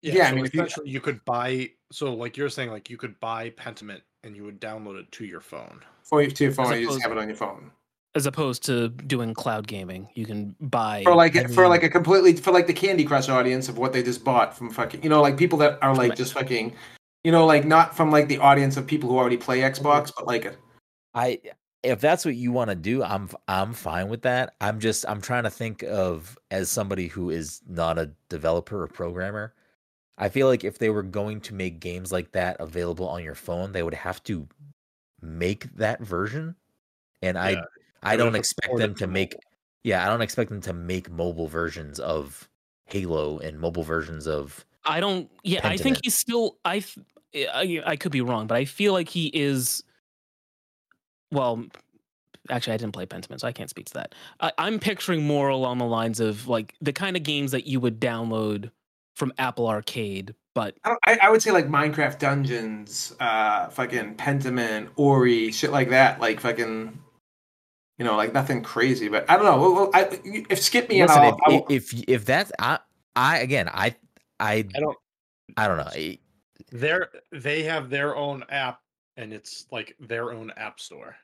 Yeah, I
so
mean, if you-
essentially you could buy. So, like you're saying, like you could buy Pentiment and you would download it to your phone.
Or you- to your phone, you just
opposed-
have it on your phone.
As opposed to doing cloud gaming, you can buy
for like
I
for like
mean-
a completely for like the Candy Crush audience of what they just bought from fucking you know like people that are like
Right.
just fucking you know like not from like the audience of people who already play Xbox but like
I if that's what you want to do, I'm f- I'm fine with that. I'm just I'm trying to think of as somebody who is not a developer or programmer. I feel like if they were going to make games like that available on your phone, they would have to make that version. And
Yeah,
I I
they would
don't
have to
expect
port it
them to
to
make yeah, I don't expect them to make mobile versions of Halo and mobile versions of
I don't. Yeah, I think
Pentiment.
he's still. I, f- eh, I I could be wrong, but I feel like he is. Well, actually, I didn't play Pentiment, so I can't speak to that. I, I'm picturing more along the lines of like the kind of games that you would download from Apple Arcade, but
I, don't, I I would say like Minecraft Dungeons, uh, fucking Pentiment, Ori, shit like that, like fucking you know like nothing crazy but I don't know. Well, well, I, you- if skip me and
Listen,
I'll, I'll-
if, if if that's I I again I I
I don't.
I don't know. eh, I-
They're they have their own app and it's like their own app store.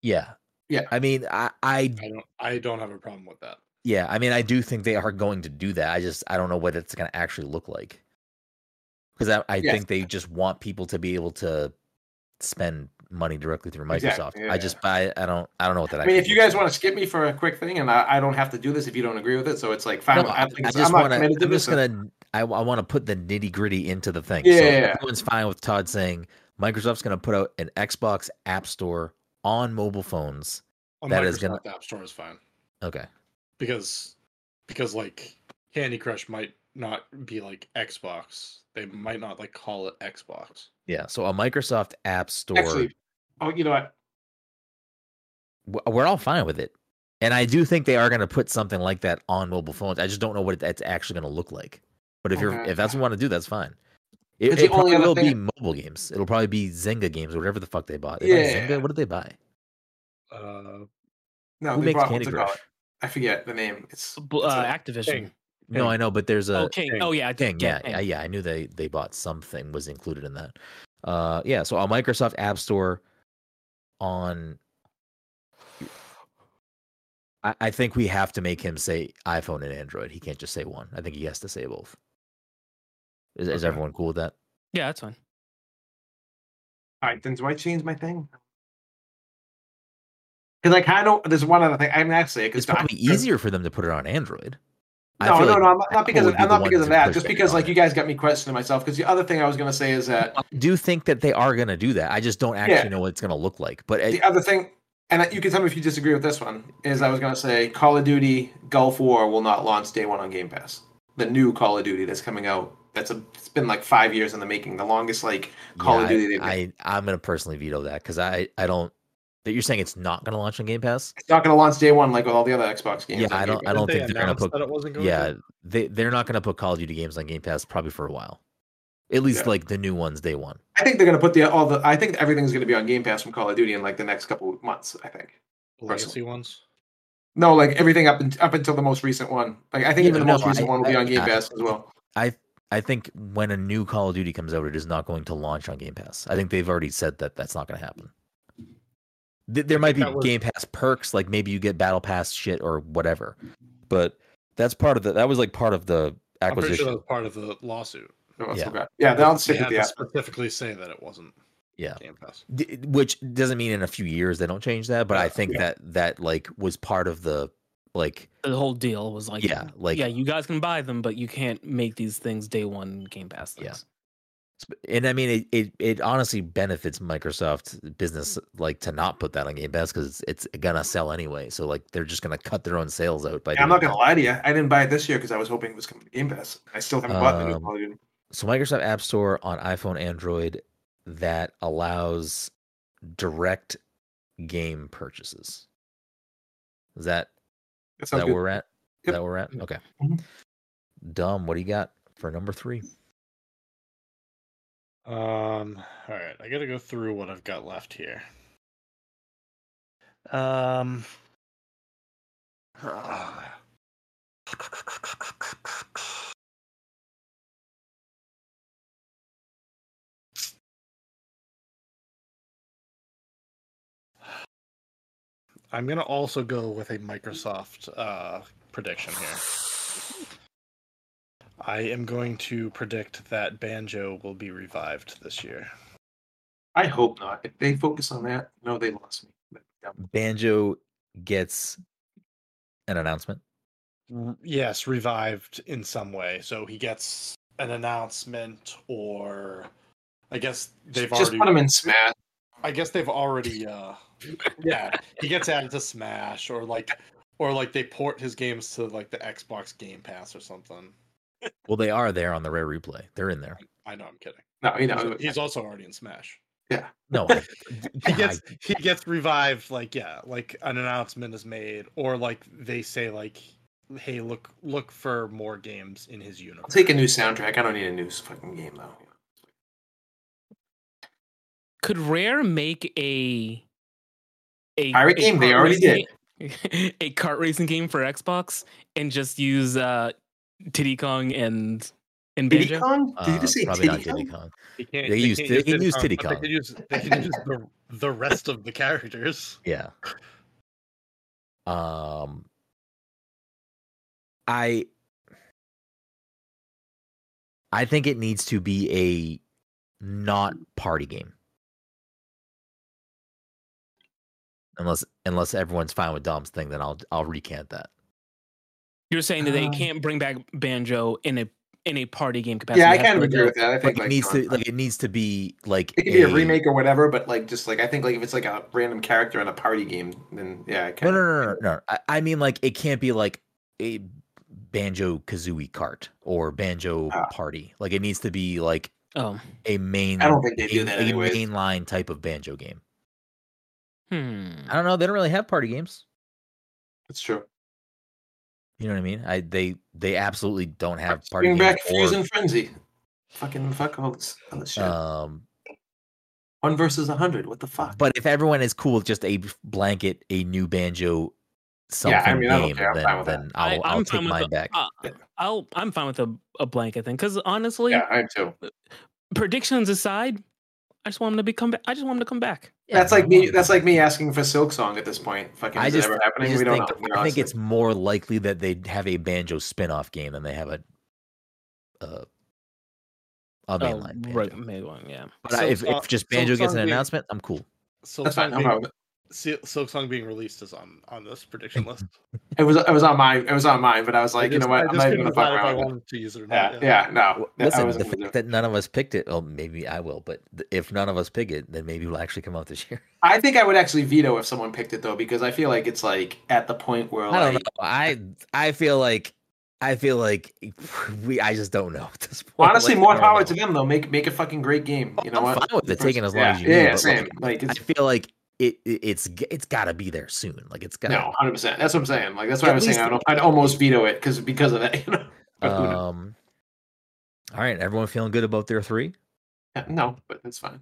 Yeah.
Yeah.
I mean, I, I,
I don't. I don't have a problem with that.
yeah, I mean, I do think they are going to do that. I just, I don't know what it's going to actually look like. Because I, I
Yes.
think they just want people to be able to spend money directly through Microsoft.
Exactly, yeah,
I just, I, I don't, I don't know what that.
I mean, if
actually
you
looks
guys
like.
want to skip me for a quick thing, and I, I don't have to do this if you don't agree with it, so it's like fine.
No,
with-
I,
like I
I
said,
just
I'm not
want to.
committed to
I'm just
this, so-
gonna. I, I want to put the nitty gritty into the thing.
Yeah,
so
yeah, yeah.
everyone's fine with Todd saying Microsoft's gonna put out an Xbox App Store on mobile phones.
A
That
Microsoft
is gonna-
app store is fine
Okay.
because because like Candy Crush might not be like Xbox. They might not like call it Xbox.
Yeah. So a Microsoft App Store.
Actually, oh, you know what?
w- we're all fine with it. And I do think they are going to put something like that on mobile phones. I just don't know what that's actually going to look like. But if you're
Okay.
if that's what you want to do, that's fine. It,
But the
it probably
only other
will be
thing-
mobile games. It'll probably be Zynga games or whatever the fuck they bought. They buy Zynga?
Yeah.
What did they buy?
Uh,
No,
Who
Oh, they
makes
brought
Candy
Candy
Crush?
I forget the name. It's
Bl-
It's
uh,
a
Activision.
King.
No, I know, but there's a
oh, King.
King.
Oh, yeah. I did
thing. Yeah,
get
yeah,
King.
yeah. I knew they they bought something was included in that. Uh, yeah. So on Microsoft App Store, on, I, I think we have to make him say iPhone and Android. He can't just say one. I think he has to say both. Is, is
Okay.
everyone cool with that?
Yeah, that's fine.
All right, then do I change my thing? Because I kind of there's one other thing I'm actually
It's
because
probably easier for them to put it on Android. I
No,
feel
no,
like
no, I'm not,
Apple
not because
would
of,
be
I'm
the
not
one
because of
to
that.
push
Just
it
because
on
like
it.
you guys got me questioning myself. Because the other thing I was gonna say is that
I do think that they are going to do that. I just don't actually know what it's going to look like. But uh,
the
it,
other thing, and you can tell me if you disagree with this one, is I was gonna say Call of Duty Gulf War will not launch day one on Game Pass. The new Call of Duty that's coming out. That's a it's been like five years in the making. The longest like Call
yeah,
of Duty they've
I, I I'm going to personally veto that because I I don't. That you're saying it's not going to launch on Game Pass?
it's not gonna launch day one like with all the other Xbox games.
Yeah,
on
I
Game
don't.
Pass.
I
Didn't
don't
they
think they're gonna
announce
put.
that it wasn't going
Yeah,
to?
they they're not gonna put Call of Duty games on Game Pass probably for a while. At least
Yeah.
like the new ones day one.
I think they're gonna put the all the. I think everything's gonna be on Game Pass from Call of Duty in like the next couple of months. I think.
The legacy ones.
No, like everything up in, up until the most recent one. Like I think
Yeah,
even the
no,
most recent
I-
one will be
I-
on Game
I-
Pass as well.
I think when a new Call of Duty comes out, it is not going to launch on Game Pass. I think they've already said that that's not going to happen. Th- there might be
that was-
Game Pass perks, like maybe you get Battle Pass shit or whatever, but that's part of the. That was like part of the
I'm pretty
acquisition.
sure that was part of the lawsuit.
Oh, I
Yeah.
forgot. yeah, they'll
They
stick
had
with the
to
app.
specifically say that it wasn't.
Yeah.
Game Pass.
D- which doesn't mean in a few years they don't change that, but I
Yeah,
think
yeah.
that that like was part of the like
The whole deal was like,
yeah like
yeah, you guys can buy them, but you can't make these things day one Game Pass
Yeah.
things.
Sp- And I mean, it, it, it honestly benefits Microsoft business
Mm-hmm.
like to not put that on Game Pass because it's, it's gonna sell anyway. So like they're just gonna cut their own sales out by.
Yeah, I'm not
doing
gonna
that.
lie to you. I didn't buy it this year because I was hoping it was coming to Game Pass. I still haven't bought the new
Um,
Call of Duty.
So Microsoft App Store on iPhone, Android, that allows direct game purchases. Is that
That
is
sounds
that
good.
where we're at? Is
Yep.
that where we're at? Okay.
Mhm.
Dumb. What do you got for number three?
Um. All right, I gotta go through what I've got left here. Um. I'm gonna also go with a Microsoft uh, prediction here. I am going to predict that Banjo will be revived this year.
I hope not. If they focus on that, no, they lost me. But, um, yeah.
Banjo gets an announcement.
r- yes, revived in some way. So he gets an announcement, or I guess they've
Just
already.
put them in Smash.
I guess they've already. Uh, yeah, he gets added to Smash, or like, or like they port his games to like the Xbox Game Pass or something.
Well, they are there on the rare replay. They're in there.
I know, I'm kidding.
No, you know,
He's- he's also already in Smash.
No, I,
he
God,
gets he gets revived like yeah like an announcement is made or like they say like hey look look for more games in his
I'll
universe
take a new soundtrack. I don't need a new fucking game though.
Could Rare make a a
Pirate game? They
kart
already
racing ga- a kart racing game for Xbox and just use uh Diddy Kong and and
Diddy
Banjo?
Kong? Did you
uh,
just say
probably not
Diddy
Diddy
Kong?
Kong.
they, can't, um,
They use- they can use Diddy
but they
Kong.
can use they can use the, the rest of the characters
Yeah. Um, I I think it needs to be a not party game. Unless unless everyone's fine with Dom's thing, then I'll I'll recant that.
You're saying that they
Um,
can't bring back Banjo in a in a party game capacity.
Yeah, I
It has
kind
to
of
be
agree
done-
with that. I
Like
think
it needs
Sean-
to like it needs to be like
It could be a remake or whatever, but like just like I think like if it's like a random character in a party game, then yeah, I
No,
kind
no, no, no, no. I, I mean, like, it can't be like a banjo kazooie cart or banjo
Ah.
party. Like, it needs to be like
Oh.
a main.
I don't think they
a-
do that
a
anyways.
mainline type of banjo game.
Hmm.
I don't know. They don't really have party games.
It's true.
You know what I mean? I they they absolutely don't have party
Bring
games.
back
or,
Fuse and Frenzy. Fucking fuck all this other shit.
um,
One versus a hundred. What the fuck?
but if everyone is cool with just a blanket, a new banjo something
I mean, I don't
game,
care. I'm fine
then,
with that.
then
I-
I'll, I,
I'm
will i will
fine
take
with
mine
the-
back.
uh, I'll I'm fine with a, a blanket thing because honestly,
Yeah, I am too.
predictions aside, I just want him to be come back. I just want him to come back.
That's like me. That's like me asking for Silk Song at this point. Fucking,
I
is
just,
it ever
I
happening?
just
we don't
think,
know.
I think
honestly.
it's more likely that they'd have a banjo spin-off game than they have a uh, a mainline banjo.
Oh, right, mainline, yeah.
But I-
Oh, So,
if,
uh,
if just
so
banjo gets
Song
an
being-
announcement, I'm cool.
Silk
that's
Song,
fine. I'm
being,
not,
Sil- Silk Song being released is on on this prediction list.
it was it was on mine. It was on mine, but I was like,
I
you
just-
know what? I'm
I just
not even gonna
couldn't
fuck
decide if I
around. With it.
wanted to use it or not.
Yeah, yeah, no. I
Listen,
wasn't
the
gonna do
fact
it.
that none of us picked it, well, maybe I will, but th- if none of us pick it, then maybe we'll actually come out this year.
I think I would actually veto if someone picked it though, because I feel like it's like at the point where
I don't know.
like
I I feel like I feel like we. I just don't know at this point.
honestly,
Like, I
more
don't
power
know.
to them though. Make make a fucking great game. You know
I'm
what?
fine with it, taking as long
yeah,
as you
Yeah,
need,
yeah
but,
same.
like,
Like,
I
it's
feel like it, it it's g- it's got to be there soon. Like it's got.
no, hundred percent. That's what I'm saying. Like that's why
At
I was saying
least-
I'd, I'd almost veto it because because of that. You know. But who knows?
Um. All right, everyone feeling good about their three.
Yeah, no, but it's fine.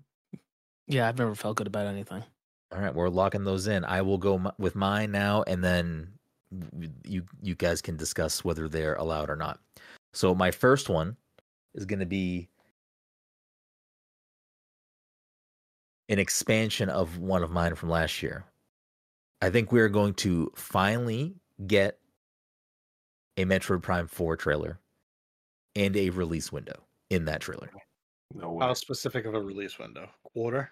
Yeah, I've never felt good about anything.
All right, we're locking those in. I will go m- with mine now, and then w- you you guys can discuss whether they're allowed or not. So my first one is going to be an expansion of one of mine from last year. I think we are going to finally get a Metroid Prime 4 trailer and a release window in that trailer.
No way.
How specific of a release window? Quarter.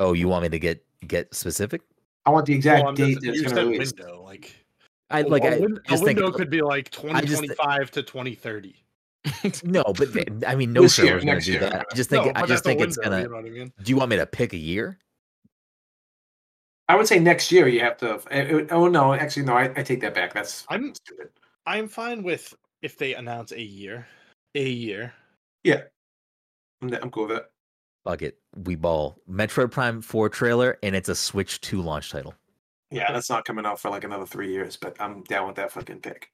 Oh, you want me to get get specific?
I want the exact
Well, I'm
date
just-
that it's
you
gonna
said
release.
window. Like
I like
a,
I
win- a
just think
window could be like
I just thi-
2025 to 2030.
No, but th- I mean, no
This year,
server's going
next
to do
year.
that. I just think,
No,
I
but
just
that's a
think it's
window,
going to.
You know what I mean?
Do you want me to pick a year?
I would say next year you have to. it- it- oh no, actually no, I, I take that back. That's
I'm-
stupid.
I'm fine with if they announce a year, a year.
I'm, I'm cool with it.
Fuck it, we ball. Metroid Prime Four trailer, and it's a Switch Two launch title.
Yeah, that's not coming out for like another three years, but I'm down with that fucking pick.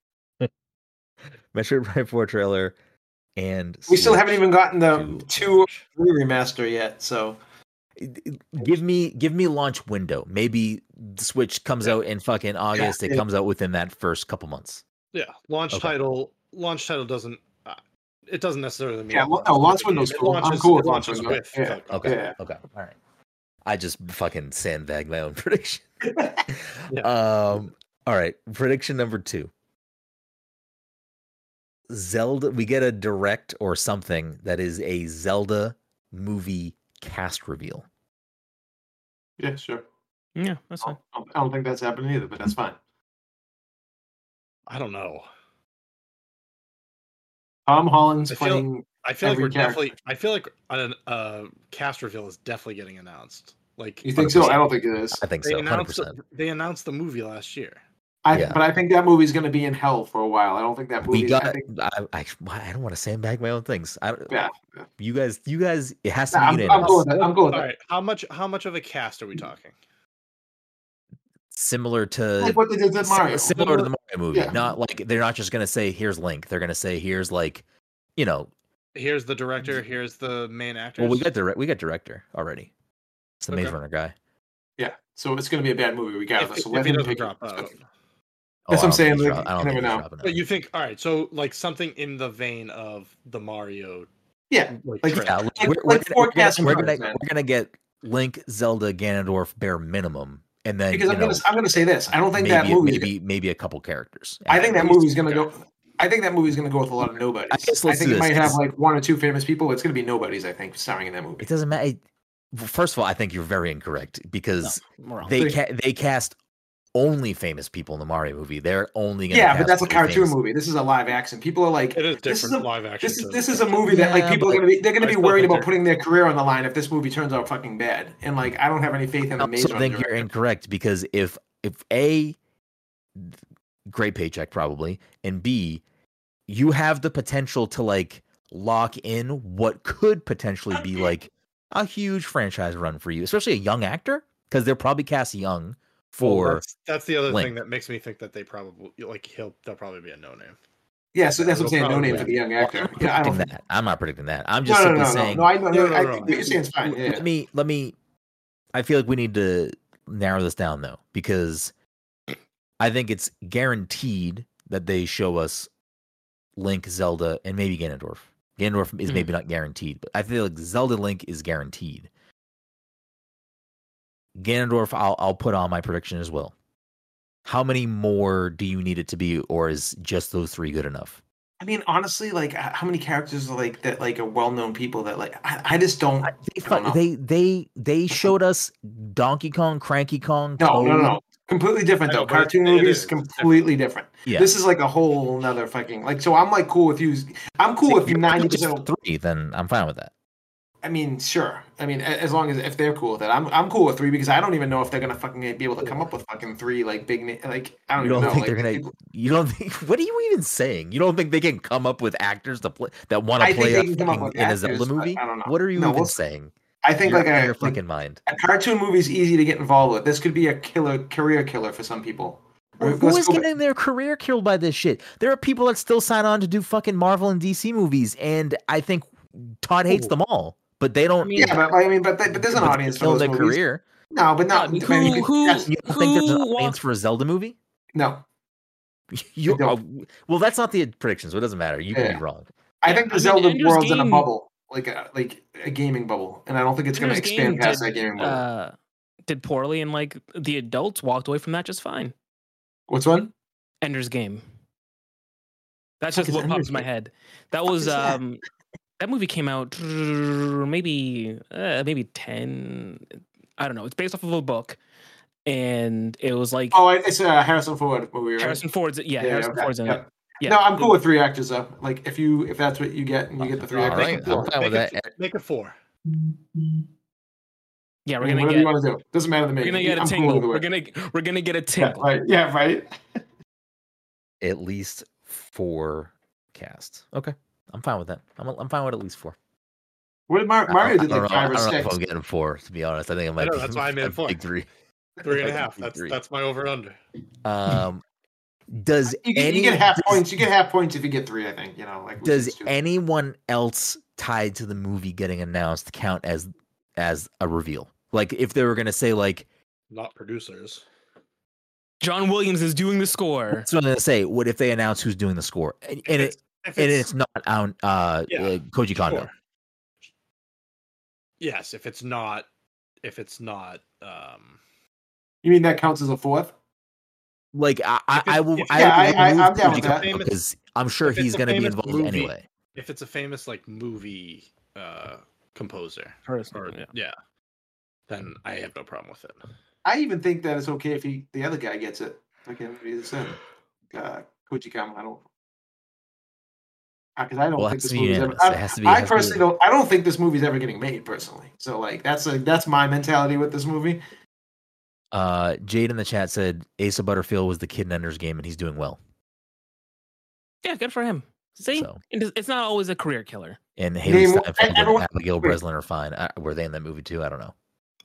Metroid Prime Four trailer, and
We still haven't
Switch
even gotten the
2
two or
launch.
three remaster yet, so
It- it- Give me, give me launch window. Maybe the Switch comes out in fucking August. It
yeah.
comes out within that first couple months.
Yeah, launch
Okay.
title. Launch title doesn't. Uh, it doesn't necessarily mean.
Yeah,
it
well, no, launch
with the
window's
game. It
cool. I'm
Launches,
cool
it
with launch
launches
window.
with.
Yeah.
fuck,
Okay.
Yeah.
Okay. All right. I just fucking sandbagged my own prediction.
Yeah.
Um. All right. Prediction number two. Zelda. We get a direct or something that is a Zelda movie cast reveal.
yeah, sure.
Yeah, that's
I
fine.
don't- I don't think that's happening either, but that's fine.
I don't know.
Tom Holland's
I feel-
playing.
I feel
Every
like we're
character.
definitely. I feel like a uh, cast reveal is definitely getting announced. Like
You think so? I don't think it is.
I think
they
so. Hundred
announced. The,
percent.
they announced the movie last year.
I,
Yeah.
But I think that movie's going to be in hell for a while. I don't think that
We
movie's. I
got.
think,
I, I, I don't want to sandbag my own things. I,
yeah,
You guys. You guys. It has to
Nah,
be
I'm, I'm
unanimous.
cool with that. I'm cool with
All
that.
right. How much? How much of a cast are we talking?
Similar to.
Like what they did to
si-
Mario.
Similar to the Mario movie.
Yeah.
Not like they're not just gonna say here's Link. They're gonna say here's like, you know,
Here's the director. Here's the main actor.
well we got direct we got director already. It's the Maze
Okay.
Runner guy.
Yeah, so it's going to be a bad movie regardless.
If,
so
if
let
he
him
doesn't
pick it.
drop out.
Oh, I
That's what I'm
don't
saying,
think he's dro-
like,
I don't
you
think
never
he's
know.
dropping out.
But you think, all right, so like something in the vein of the Mario,
Yeah,
like,
Like,
trailer.
yeah, look,
Like-
we're, we're
like
gonna-
forecast
we're, gonna, we're,
cards,
gonna,
man.
we're gonna get Link, Zelda, Ganondorf, bare minimum, and then
because
you
I'm going
know,
to I'm going to say this. I don't think that
maybe-
movie.
maybe maybe a couple characters.
I think that
afterwards.
movie's going to go. I think that movie's going to go with a lot of nobodies.
I
I,
guess let's
think
do this.
it might have
It's-
like one or two famous people. It's going to be nobodies. I think starring in that movie.
It doesn't matter. it- First of all, I think you're very incorrect because
We're on.
they
They-
ca- they cast only famous people in the Mario movie. They're only gonna
Yeah,
cast
but that's a
really
cartoon
famous-
movie. This is a live action. People are like,
It is different
This is a-
live action.
this is
to-
this is a movie that like
Yeah,
people are
but
gonna be they're gonna
I
be
still
worried
think
about
they're-
putting their career on the line if this movie turns out fucking bad. And like, I don't have any faith in
I
the Maze
also
Runner.
think you're
director.
incorrect because if if a great paycheck probably and b you have the potential to like lock in what could potentially be like a huge franchise run for you, especially a young actor because they're probably cast young
Oh,
Well,
for
that's, that's the other thing
Link.
that makes me think that they probably like he'll they'll probably be a no name.
Yeah, so that's what I'm saying.
It'll
No
probably
name
be.
for the young
Well,
actor.
I'm not
Yeah, I don't.
predicting
think-
that. I'm not predicting that. I'm just
No, no,
simply
no, no,
saying
no. I know.
No,
No,
no,
I
no,
think
no.
what you're saying is fine.
L-
Yeah.
Let me let me I feel like we need to narrow this down though because I think it's guaranteed that they show us Link, Zelda, and maybe Ganondorf. Ganondorf is
Hmm.
maybe not guaranteed, but I feel like Zelda Link is guaranteed. Ganondorf, I'll I'll put on my prediction as well. How many more do you need it to be, or is just those three good enough?
I mean, honestly, like h- how many characters are like that like are well known people that like I, I just don't
I- They,
I don't
fu-
know.
they they they showed us Donkey Kong, Cranky Kong.
No, no, no,
Toad.
no. Completely different
I know,
though.
but it-
Cartoon
it
movies
is.
completely different.
Yeah,
This is like a whole nother fucking like so I'm like cool with you I'm cool with
If
you
it's
ninety
just
percent
three, then I'm fine with that.
I mean, sure. I mean, a- as long as if they're cool with it, I'm I'm cool with three because I don't even know if they're gonna fucking be able to come up with fucking three like big na- like I don't
You
even
don't
know.
think
like,
they're gonna?
people-
You don't think? What are you even saying? You don't think they can come up with actors to play that want to
I think
play
they
a
can come up
fucking-
with
in a
actors,
Zelda
but
movie?
I don't know.
What are you
No,
even
we're-
saying?
I think
You're
like
out of
a,
your
like
fucking mind.
a cartoon movie's easy to get involved with. This could be a killer career killer for some people. Or
Who
let's
is
go back-
getting their career killed by this shit? There are people that still sign on to do fucking Marvel and DC movies, and I think Todd hates
Ooh.
them all, but they don't.
mean,
Yeah, but like, I mean, but, th- but there's an
but they
audience for
kill
those
their
movies.
career.
No, but not
Yeah,
I mean,
who- who-
that's-
You don't think there's an
Who
audience
walks-
for a Zelda movie?
no,
You,
I don't.
oh, well, that's not the prediction, so it doesn't matter. You could
Yeah.
be wrong.
I
Yeah,
think
I
the
mean,
Zelda
Ender's
world's in a
Game-
bubble, like a, like a gaming bubble, and I don't think it's going to
Ender's
expand
Game
past
did,
that gaming bubble.
uh, did poorly, and like the adults walked away from that just fine.
What's one?
Ender's Game. That's
Fuck
just
is
what
Ender's
pops in my
Game?
head. That
fuck
was
is that?
um that movie came out maybe uh, maybe 10 I don't know. It's based off of a book and it was like
Oh, it's uh, Harrison Ford movie, right?
Harrison Ford's yeah,
Yeah,
Harrison
okay,
Ford's in
yeah.
it. Yeah.
No, I'm cool with three actors though. Like if you if that's what you get and you get the three
All
actors,
right,
I'm cool
I'm
with it.
fine with
Make it
that.
f- Make it four.
Yeah,
I
we're
mean,
going
whatever
to
you
get
want to do. Doesn't matter to me.
we're gonna get a
I'm cool
tingle.
either way.
We're gonna we're gonna get a
yeah,
tingle.
right. Yeah, right.
At least four cast. Okay, I'm fine with that. I'm I'm fine with at least four.
What did Mar-
I,
Mario
I don't
did like
know,
five or
I don't know if
six?
I'm getting four. To be honest, I think I might.
know,
be-
that's why I'm in
I'm
four.
big three.
Three and
Fucking
a half.
big
That's
three.
that's my over under.
Um, does
You, get-
any
you get half
does-
points. You get half points if you get three. I think you know. Like which is
Does
stupid.
anyone else tied to the movie getting announced count as as a reveal? Like if they were gonna say like
Not producers.
John Williams is doing the score.
that's what I'm gonna say. What if they announce who's doing the score and,
If
and
it's-
it
if
and it's not out uh,
Yeah,
uh, Koji Kondo?
Sure. Yes, if it's not, if it's not, um,
you mean that counts as a fourth?
Like I I,
it's-
I will
if-
I,
yeah,
would
I- I-
remove
I'm down
Koji
with that.
Kondo
Famous-
because I'm sure
if it's
he's
a
gonna be
famous
involved
movie,
anyway.
if it's a famous like movie uh composer, or
Yeah.
yeah. then I have no problem with it.
I even think that it's okay if he the other guy gets it. Again, what he said, uh, Koji Kama. I don't. Because I don't
Well, it has
think this
to be
movie's ever.
unanimous.
I,
It has to be. it
I
has to be-
personally don't. I don't think this movie's ever getting made personally. So like that's a that's my mentality with this movie.
Uh, Jade in the chat said Asa Butterfield was the kid in Ender's Game, and he's doing well.
Yeah, good for him. See,
So.
It is- it's not always a career killer.
And Haley
Name-
Steinfeld and,
everyone-
Abigail
wait.
Breslin are fine. Uh, were they in that movie too? I don't know.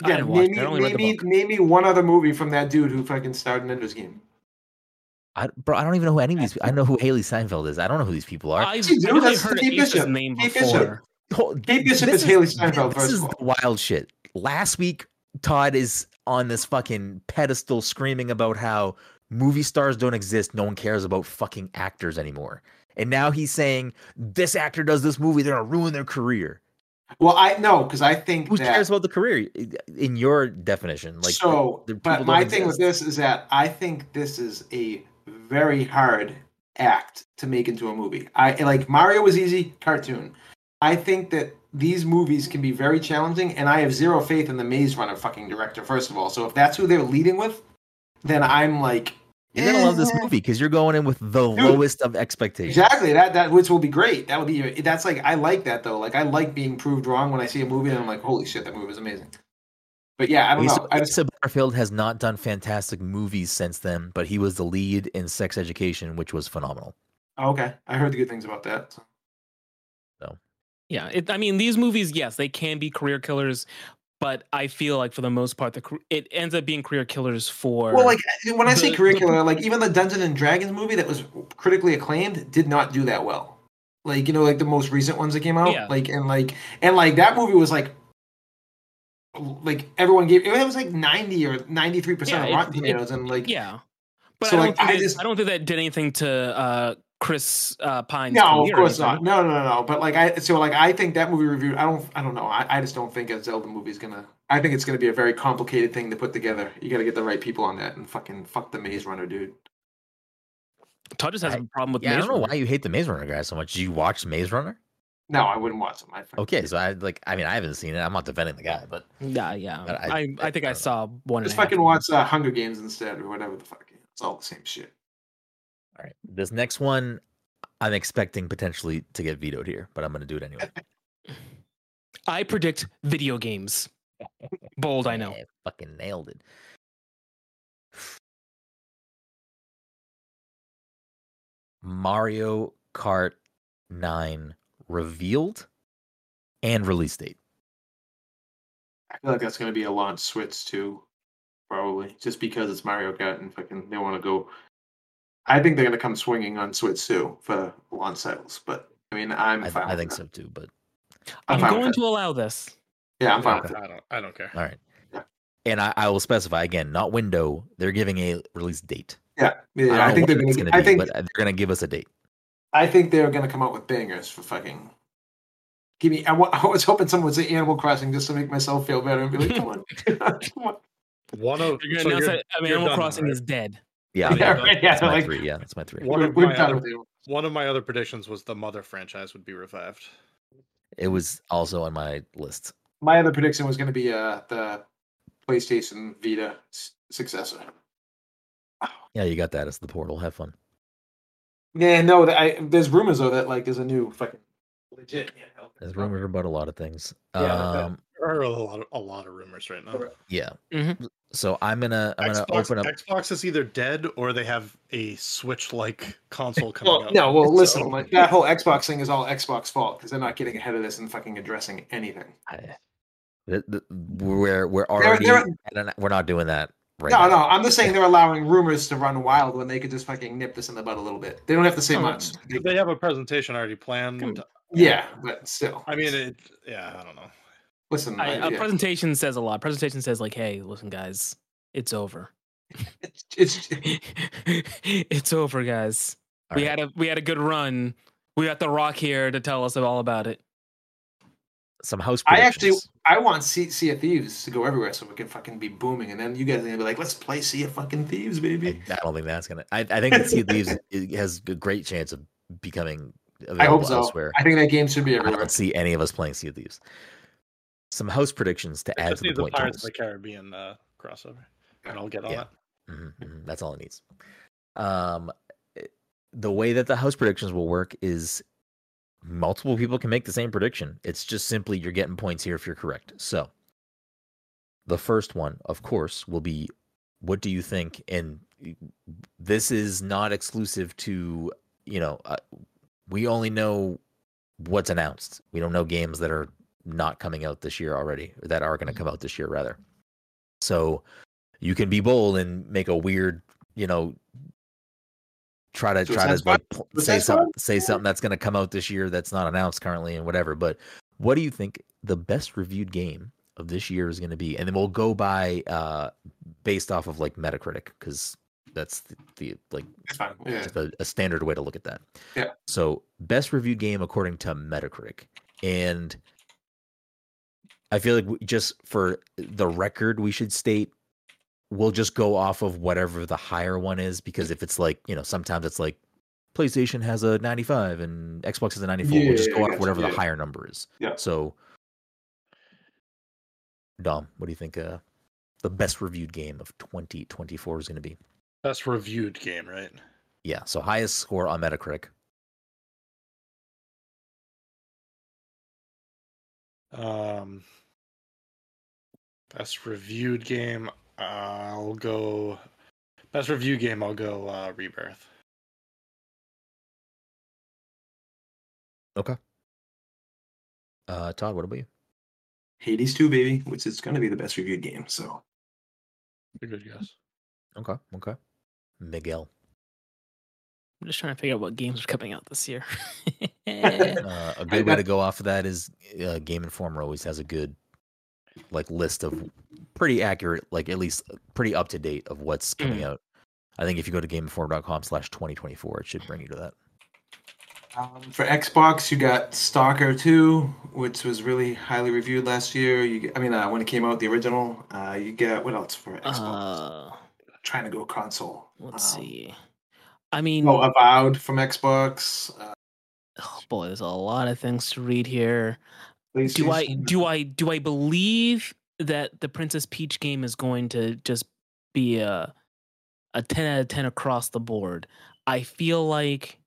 I
Yeah,
didn't watch
name
it. I
me,
only read
name,
the
me,
book.
name me one other movie from that dude who fucking starred in Ender's Game.
I, bro, I don't even know who any of these. I know who Haley Steinfeld is. I don't know who these people are.
I've,
See, dude,
I've only
that's
heard
Steve
Ace's
Bishop.
name
Steve Bishop.
before.
Ho-
Kate Bishop
this
is Haley Steinfeld,
This
first
is
of
the wild shit. Last week, Todd is on this fucking pedestal screaming about how movie stars don't exist. No one cares about fucking actors anymore. And now he's saying this actor does this movie. They're gonna ruin their career.
Well, I no, because I think
Who
that,
cares about the career? In your definition, like
so.
the people
But my
don't
thing with this is that I think this is a very hard act to make into a movie. I like Mario was easy cartoon. I think that these movies can be very challenging, and I have zero faith in the Maze Runner fucking director. First of all, so if that's who they're leading with, then I'm like,
You're gonna love this
eh.
movie because you're going in with the lowest of expectations.
Exactly that that which will be great. That will be that's like I like that though. Like I like being proved wrong when I see a movie and I'm like, holy shit, that movie was amazing. But yeah, I don't
Asa,
know. I just
Asa Butterfield has not done fantastic movies since then, but he was the lead in Sex Education, which was phenomenal.
oh, okay. I heard the good things about that. so.
Yeah, it, I mean, these movies, yes, they can be career killers, but I feel like for the most part, the car- it ends up being career killers for.
Well, like when I say
The-
curricular, like even the Dungeons and Dragons movie that was critically acclaimed did not do that well. Like you know, like the most recent ones that came out,
Yeah.
like and like and like that movie was like, like everyone gave it was like ninety or ninety three percent
Yeah,
of
it-
Rotten
it-
Tomatoes, and like
yeah, But I,
So,
don't
like,
think
I
that,
just-
I don't think that did anything to uh, Chris uh, Pine's
No, of
career or
course not.
anything.
No, no, no, no. But like I, so like I think that movie reviewed. I don't, I don't know. I, I just don't think a Zelda movie is gonna. I think it's gonna be a very complicated thing to put together. You got to get the right people on that and fucking fuck the Maze Runner, dude.
Todd just has
I-
a problem with
Yeah, I
Maze
don't know
Runner.
why you hate the Maze Runner guy so much. Did you watch Maze Runner?
No, I wouldn't watch them. I fucking-
Okay, so I like. I mean, I haven't seen it. I'm not defending the guy, but
Yeah, yeah.
But
I,
I-
I, think
I
I
don't know.
saw one.
just
and a half
fucking
of them.
watch uh, Hunger Games instead or whatever the fuck. It's all the same shit.
all right. This next one, I'm expecting potentially to get vetoed here, but I'm going to do it anyway.
I predict video games. Bold, I know.
Yeah, Eh, fucking nailed it. Mario Kart 9 revealed and release date.
I feel like that's gonna be a launch switch too, probably just because it's Mario Kart and fucking they want to go. I think they're gonna come swinging on Switch too for launch titles. But I mean, I'm
I,
fine.
I
with
think
that.
so too, but
I'm
fine with
going
that.
to allow this.
Yeah, I'm
I
fine
don't,
with that.
I don't. I don't care.
all right.
Yeah.
And I, I will specify again, not window. They're giving a release date.
Yeah,
don't
yeah. I,
know what
think they're gonna.
it's gonna
I
be,
think
but they're gonna give us a date.
I think they're gonna come out with bangers for fucking. Give me. I wa- I was hoping someone would say Animal Crossing just to make myself feel better and be like, come on, come on.
One of
You're going
so
to announce
you're-
that I mean,
you're
Animal
done,
Crossing
right?
is dead.
Yeah,
Yeah,
yeah,
right, yeah,
that's my
like-
three. Yeah, that's my three.
One
We're-
of
we're
my
done
other-
with Animal-
One of my other predictions was the Mother franchise would be revived.
It was also on my list.
My other prediction was gonna be uh the PlayStation Vita s- successor.
Yeah, you got that as the portal. Have fun.
Yeah, no. th- I, there's rumors though that like there's a new fucking legit.
There's
uh,
rumors about a lot of things.
Yeah, that- that-
um,
There are a lot of, a lot of rumors right now.
Yeah.
Mm-hmm.
Mhm.
So I'm gonna I'm gonna
Xbox,
open up.
Xbox is either dead or they have a Switch-like console coming
Well,
out.
no, well, listen.
So-
like, that whole Xbox thing is all Xbox fault because they're not getting ahead of this and fucking addressing anything.
I- th- th- We're we're already
there-
at an- we're not doing that right.
No,
now.
no, I'm just saying they're allowing rumors to run wild when they could just fucking nip this in the bud a little bit. They don't have to say
Oh,
much. They-
They have a presentation already planned.
yeah, but still.
I mean, it, yeah, I don't know.
listen,
I,
I-
a
yeah.
presentation says a lot. Presentation says like, "Hey, listen, guys, it's over.
it's, it's
it's over, guys.
All
we
right.
had a we had a good run. We got the Rock here to tell us all about it.
some house.
I actually-
predictions.
I want sea, sea of Thieves to go everywhere so we can fucking be booming, and then you guys are gonna be like, let's play Sea of fucking Thieves, baby.
I, I don't think that's gonna. I, I think that Sea of Thieves i- has a great chance of becoming available
I hope so.
elsewhere.
I think that game should be
I
everywhere.
don't see any of us playing Sea of Thieves. Some house predictions to
It
add to
just
the
needs a
point.
Pirates of
totals.
the Caribbean uh, crossover, and I'll get on
Yeah.
it.
Mhm, mhm, That's all it needs. Um, it- the way that the house predictions will work is multiple people can make the same prediction. It's just simply you're getting points here if you're correct. So the first one, of course, will be what do you think? And this is not exclusive to you know uh, we only know what's announced. We don't know games that are not coming out this year already that are going to come out this year rather. So you can be bold and make a weird, you know, try to try
Suicide
to
Squad?
like, pl- say
Suicide
something say something that's going to come out this year that's not announced currently and whatever. But what do you think the best reviewed game of this year is going to be? And then we'll go by uh based off of like Metacritic because that's the, the like
It's fine. Yeah.
just a, a standard way to look at that.
Yeah.
So best reviewed game according to Metacritic, and I feel like we, just for the record, we should state we'll just go off of whatever the higher one is because if it's like you know sometimes it's like PlayStation has a 95 and Xbox has a 94, we'll just
Yeah,
go
I
off
gotcha,
whatever
yeah.
the higher number is.
Yeah.
So Dom, what do you think? Uh, the best reviewed game of 2024 is going to be.
Best reviewed game, right?
Yeah. So highest score on Metacritic.
Um, best reviewed game. I'll go. Best review game. I'll go uh, Rebirth.
Uh, Todd, what about you?
Hades 2, baby, which is gonna be the best reviewed game. So
A good guess.
Okay, okay. Miguel.
I'm just trying to figure out what games are coming out this year.
Uh, a good way to go off of that is uh, Game Informer always has a good Mm. like list of pretty accurate, like at least pretty up to date of what's coming out. I think if you go to gameinformer.com slash 2024, it should bring you to that.
Um, for Xbox, you got Stalker 2, which was really highly reviewed last year. You, get- I mean, uh, when it came out, the original. Uh, you get what else for
Uh,
Xbox? Trying to go console.
let's
Um,
see. I mean, oh,
Oh, Avowed from Xbox. Uh,
boy, there's a lot of things to read here. Do I
PlayStation.
do I do I believe that the Princess Peach game is going to just be a a ten out of ten across the board? I feel like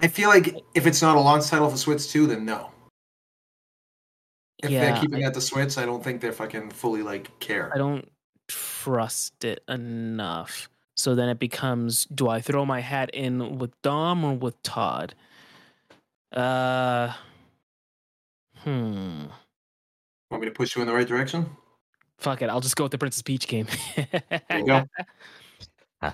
I feel like if it's not a launch title for Switch 2, then no. If
yeah,
they're keeping that to Switch, I don't think they're fucking fully like care.
I don't trust it enough. So then it becomes do I throw my hat in with Dom or with Todd? Uh hmm.
Want me to push you in the right direction?
Fuck it, I'll just go with the Princess Peach game.
There you go. Oh,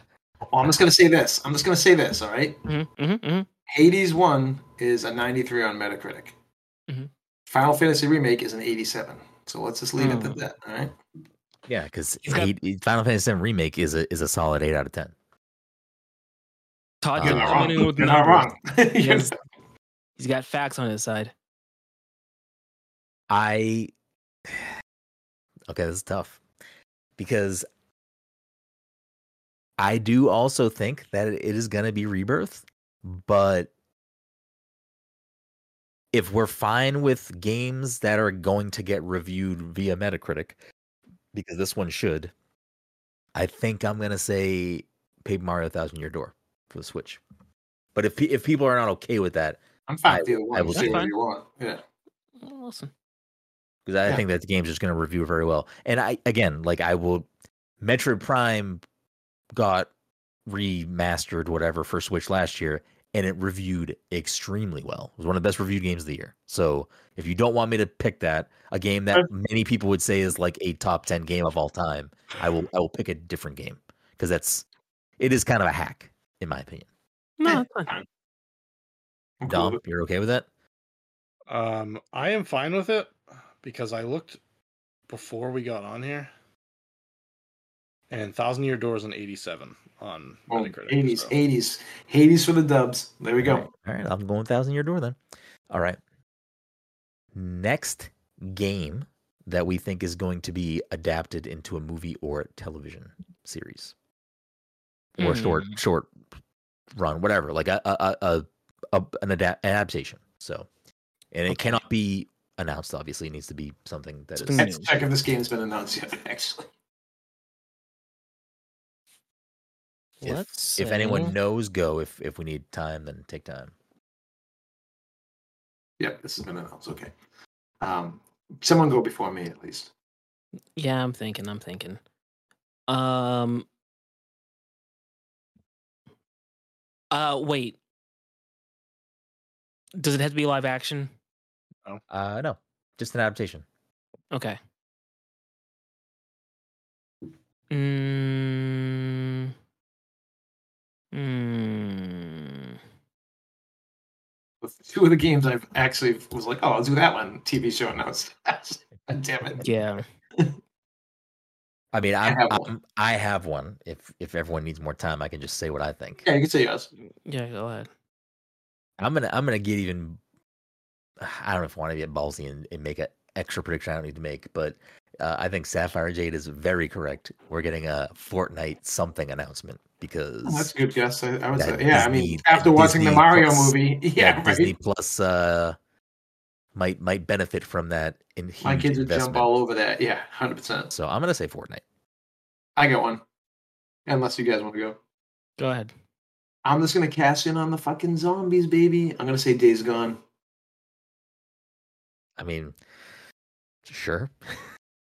I'm just gonna say this. I'm just gonna say this. All right.
Mhm, mhm, mhm.
Hades One is a 93 on Metacritic.
Mhm.
Final Fantasy Remake is an 87. So let's just leave it at
Hmm.
that. All right.
Yeah, because
He's got-
Final Fantasy VII Remake is a, is a solid 8 out of 10.
Todd,
Uh,
you're
You're
coming in with
You're not
numbers.
wrong. You're
Yes.
not-
He's got facts on his side.
I okay, this is tough because I do also think that it is going to be rebirth, but if we're fine with games that are going to get reviewed via Metacritic, because this one should, I think I'm going to say Paper Mario Thousand Year Door for the Switch. But if pe- if people are not okay with that,
I'm fine with either one.
will
Say
do.
what you want. Yeah.
Well, Listen.
because I
Yeah.
think that the game's just going to review very well. And I again, like I will, Metroid Prime got remastered whatever for Switch last year, and it reviewed extremely well. It was one of the best reviewed games of the year. So if you don't want me to pick that, a game that
Uh,
many people would say is like a top ten game of all time, I will I will pick a different game because that's it is kind of a hack in my opinion.
No, it's fine.
I'm cool
Dom,
with
you're okay with that?
Um, I am fine with it because I looked before we got on here, and Thousand Year Door is an 87 on
it. Boom.
Metacritic.
80s,
so-
80s, Hades for the dubs. There we
All
go.
right, All right, I'm going thousand year door then. All right. Next game that we think is going to be adapted into a movie or television series or short
Mm.
short run, whatever, like a a a, a, a an adapt adaptation. So, and it
Okay.
cannot be announced. Obviously, it needs to be something that is
Something
Let's check if this game's been announced yet, actually.
if,
Let's
if
see.
anyone knows, go. If if we need time, then take time.
Yep, this has been announced. Okay. Um, someone go before me, at least.
Yeah, I'm thinking, I'm thinking. Um Uh wait. Does it have to be live action?
Uh, no, just an adaptation.
Okay. Mm. Mm.
With two of the games I've actually was like, oh, I'll do that one. TV show announced. God Damn it.
Yeah.
I mean, I'm, I,
have
have
one.
I'm, I have one. If if everyone needs more time, I can just say what I think.
Yeah, you can say yes.
Yeah, go ahead.
I'm gonna I'm gonna get even. I don't know if I want to get ballsy and, and make an extra prediction I don't need to make, but uh, I think Sapphire Jade is very correct. We're getting a Fortnite something announcement because
Oh, that's a good guess. I, I would
That
say, yeah. I mean,
Disney-
after
that
watching the
Disney
Mario
Plus-
movie, yeah,
that
right.
Disney Plus uh, might might benefit from that in huge
My kids would
investment.
jump all over that. Yeah, hundred percent.
So I'm gonna say Fortnite.
I got one. Unless you guys want to go,
Go ahead.
I'm just gonna cash in on the fucking zombies, baby. I'm gonna say Days Gone.
I mean, sure.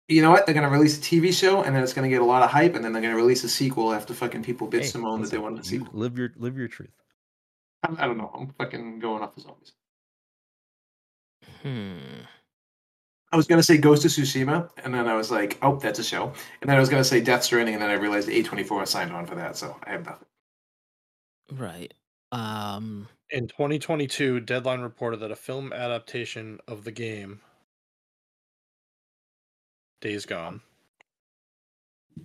You know what? They're gonna release a TV show, and then it's gonna get a lot of hype, and then they're gonna release a sequel after fucking people bitched
Hey,
them on that they
listen,
wanted a
you
sequel.
Live your live your truth.
I, I don't know. I'm fucking going off the zombies.
Hmm.
I was gonna say Ghost of Tsushima, and then I was like, oh, that's a show. And then I was gonna say Death Stranding, and then I realized A24 signed on for that, so I have nothing.
Right. Um
In 2022, Deadline reported that a film adaptation of the game Days Gone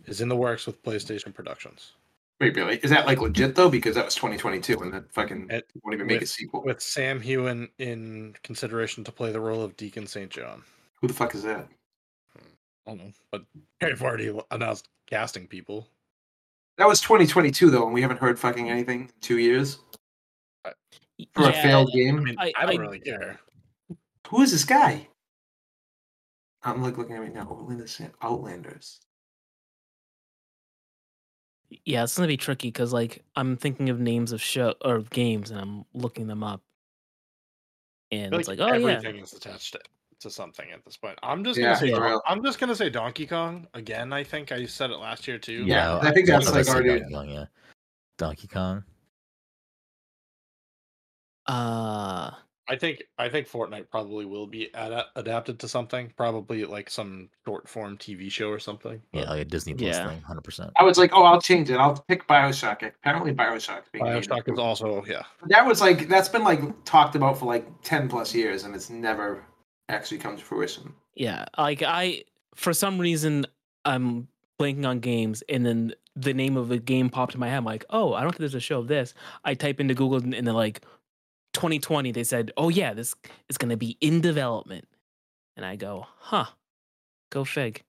is in the works with PlayStation Productions.
Wait, really? Is that like legit though? Because that was 2022, and that fucking
It-
won't even make a
with-
sequel.
with Sam Hewen in consideration to play the role of Deacon St. John.
Who the fuck is that?
I don't know, but they've already announced casting people.
That was 2022 though, and we haven't heard fucking anything in two years for a
Yeah,
failed
I
game.
mean, I,
I-
don't
I-
really care.
Who is this guy? I'm like looking at it right now. Outlanders. Outlanders.
Yeah, it's gonna be tricky because like I'm thinking of names of show or of games and I'm looking them up, and
I
it's
feel
like,
like
oh yeah,
everything is attached to, to something at this point. I'm just
Yeah,
gonna say
for
Don-
real.
I'm just gonna say Donkey Kong again. I think I said it last year too.
Yeah,
No,
I think that's,
what
like,
I said,
already-
Donkey Kong, yeah. Donkey Kong.
uh,
I think I think Fortnite probably will be ad- adapted to something, probably like some short form TV show or something.
Yeah, like a Disney Plus
Yeah.
thing, hundred percent.
I was like, oh, I'll change it. I'll pick Bioshock. Apparently, Bioshock. Being made.
Bioshock is also yeah.
That was like that's been like talked about for like 10 plus years, and it's never actually come to fruition.
yeah, like I for some reason I'm blanking on games, and then the name of a game popped in my head. I'm like, oh, I don't think there's a show of this. I type into Google and, and they're like, 2020. They said, oh yeah, this is gonna be in development, and I go, huh, go fig.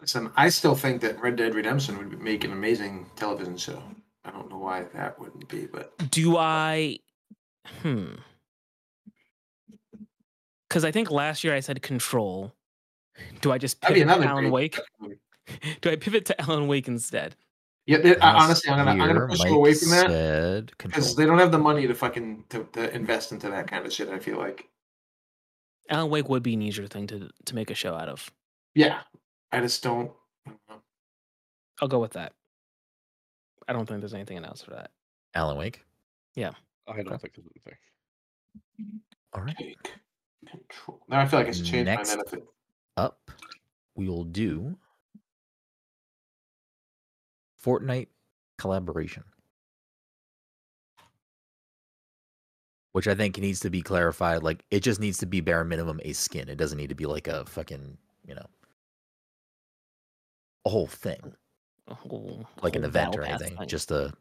Listen, I still think that Red Dead Redemption would make an amazing television show. I don't know why that wouldn't be, but
do I? Hmm. Because I think last year I said control. Do I just
that'd be
pivot to
another.
Alan
great-
Wake? Do I pivot to Alan Wake instead?
Yeah, they- I, honestly, I'm gonna, I'm gonna push you away from that
Said control.
because they don't have the money to fucking to, to invest into that kind of shit. I feel like,
Alan Wake would be an easier thing to to make a show out of.
yeah, I just don't. I don't know.
I'll go with that. I don't think there's anything else for that.
Alan Wake.
I
Okay.
don't think it's anything.
All right.
Take control. Now I feel like I should change
Next.
my benefit.
Up, we'll do Fortnite collaboration, which I think needs to be clarified. Like, it just needs to be bare minimum a skin. It doesn't need to be like a fucking you know a whole thing.
A whole-
like an
whole
event
battle
or
pass
anything.
thing.
Just a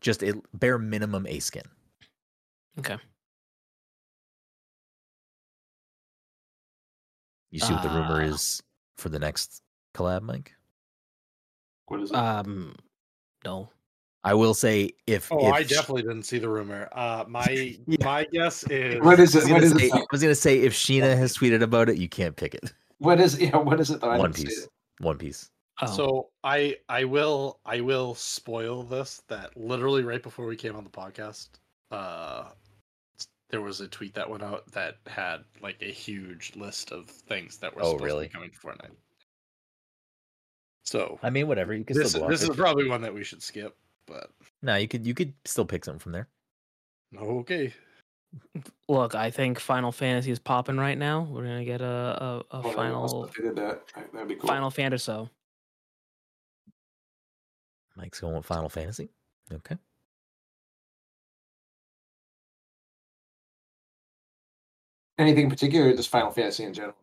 just a bare minimum a skin.
Okay.
You see what the rumor
Ah.
is for the next collab, Mike?
What is it?
um, no.
I will say if
Oh,
if
I
sh-
definitely didn't see the rumor. Uh, my
Yeah.
my guess is
what is
I was,
it? What
gonna
is
say,
it?
I was gonna say if Sheena has tweeted about it, you can't pick it.
What is yeah? What is it? Though? I
One
didn't see
Piece.
it.
One Piece.
Oh,
So I I will I will spoil this that literally right before we came on the podcast, uh there was a tweet that went out that had like a huge list of things that were
Oh,
supposed
really?
to be coming to Fortnite. So
I mean, whatever. You can
this,
still go
this
off
is
it.
probably one that we should skip, but
No, you could you could still pick something from there.
okay.
look, I think Final Fantasy is popping right now. We're gonna get a a, a
Oh, I must
final
have figured that. Alright, That'd be cool.
final fan or so.
Mike's going with Final Fantasy. Okay.
Anything in particular, or just Final Fantasy in general.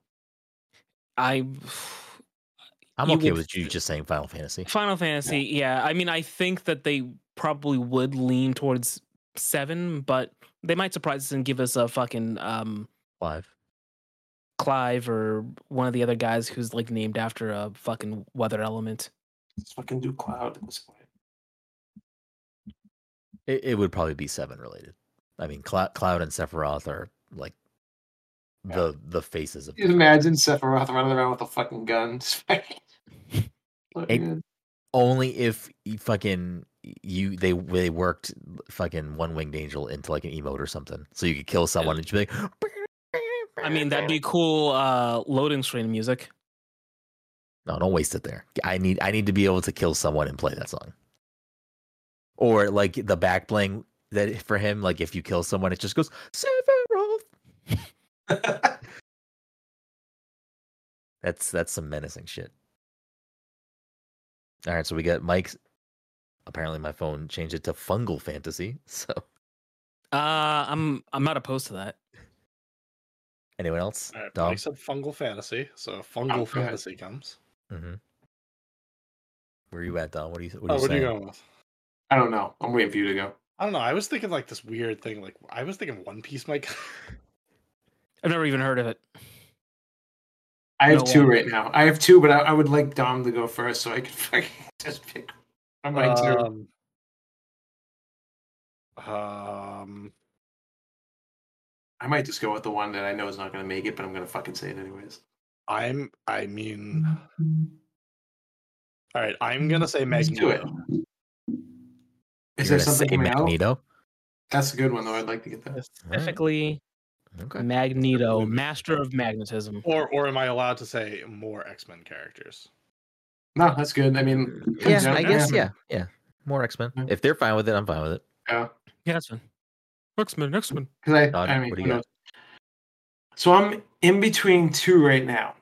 I
I'm
You
okay
would-
with you just saying Final Fantasy.
Final Fantasy, yeah. I mean, I think that they probably would lean towards seven, but they might surprise us and give us a fucking um,
Five.
Clive or one of the other guys who's like named after a fucking weather element.
Let's fucking do Cloud at this point.
It, it would probably be seven related. I mean, Clou- Cloud and Sephiroth are like
Yeah.
the the faces of.
Just imagine Sephiroth running around with a fucking gun. Just fucking-
Hey. Only if you fucking you they they worked fucking one winged angel into like an emote or something, so you could kill someone and you'd be like.
I mean, that'd be cool uh, loading screen music.
No, don't waste it there. I need I need to be able to kill someone and play that song. Or like the back bling that for him, like if you kill someone, it just goes Sephiroth. That's that's some menacing shit. All right, so we got Mike's. Apparently, my phone changed it to fungal fantasy. So,
Uh, I'm I'm not opposed to that.
anyone else?
All right, but I
Dom?
said fungal fantasy, so if fungal
Oh, go ahead.
fantasy comes.
Mhm. Mm-hmm. Where are you at, Don? What do you? What
Oh,
are you
what are you
saying?
going with?
I don't know. I'm waiting for you to go.
I don't know. I was thinking like this weird thing. Like I was thinking One Piece might.
I've never even heard of it.
I have
No,
two
um,
right now. I have two, but I, I would like Dom to go first so I could fucking just pick one of my
Uh,
two.
um, um,
I might just go with the one that I know is not going to make it, but I'm going to fucking say it anyways.
I'm. I mean,
Mm-hmm.
all right. I'm gonna say
Let's do it.
Magneto.
Is
You're
there
gonna
something
say
coming out?
Magneto?
That's a good one, though. I'd like to get that.
Specifically,
Okay.
Magneto, Master of Magnetism.
Or or am I allowed to say more X Men characters?
No, that's good. I mean,
Yeah,
Yeah,
I guess.
yeah.
Yeah, yeah. More X Men.
Yeah.
If they're fine with it, I'm fine with it.
Yeah, that's fun. Next one, next one.
Because I,
Don,
I mean,
what do
who
you got?
knows? So I'm in between two right now.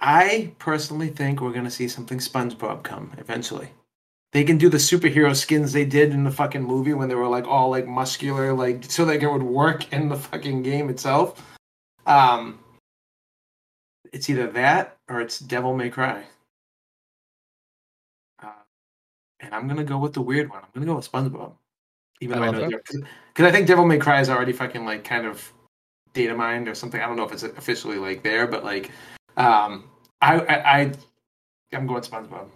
I personally think we're gonna see something SpongeBob come eventually. They can do the superhero skins they did in the fucking movie when they were like all like muscular, like so like it would work in the fucking game itself. Um, it's either that or it's Devil May Cry. Uh, and I'm gonna go with the weird one. I'm gonna go with SpongeBob,
I
even though I,
love
know
it.
because I think Devil May Cry is already fucking like kind of data mined or something. I don't know if it's officially like there, but like, um, I I, I I'm going SpongeBob.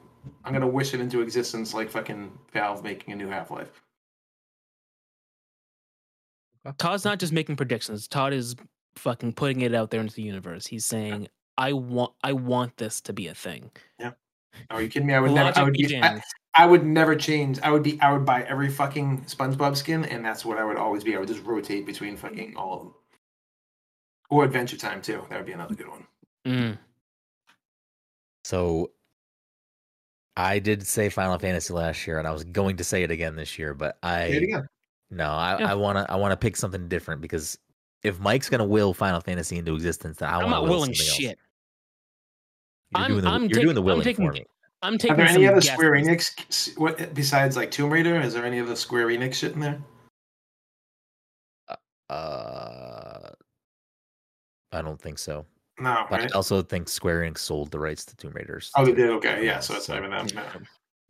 I'm gonna wish it into existence like fucking Valve making a new Half Life.
Todd's not just making predictions. Todd is fucking putting it out there into the universe. He's saying, "I want, I want this to be a thing."
Are you kidding me? I would never. I
Logic
would, be, I,
begins.
I would never change. I would be. I would buy every fucking SpongeBob skin, and that's what I would always be. I would just rotate between fucking all of them. Or Adventure Time too. That would be another good one.
Mm.
So I did say Final Fantasy last year, and I was going to say it again this year, but
Say it
I
again.
no, I,
Yeah.
I wanna I wanna pick something different because if Mike's gonna will Final Fantasy into existence, then I want
I'm not
will
willing
something else.
shit.
You're
I'm-
doing the,
I'm
you're
taking-
doing the
I'm
willing
taking
for me.
I'm
Are
taking.
there any
some
other
guesses.
Square Enix? s- What besides like Tomb Raider? Is there any other Square Enix shit in there?
Uh, I don't think so.
No,
But
right?
I also think Square Enix sold the rights to Tomb Raiders.
Oh, they
to-
did. Okay, yeah.
yeah,
So it's
so-
not even that.
Yeah.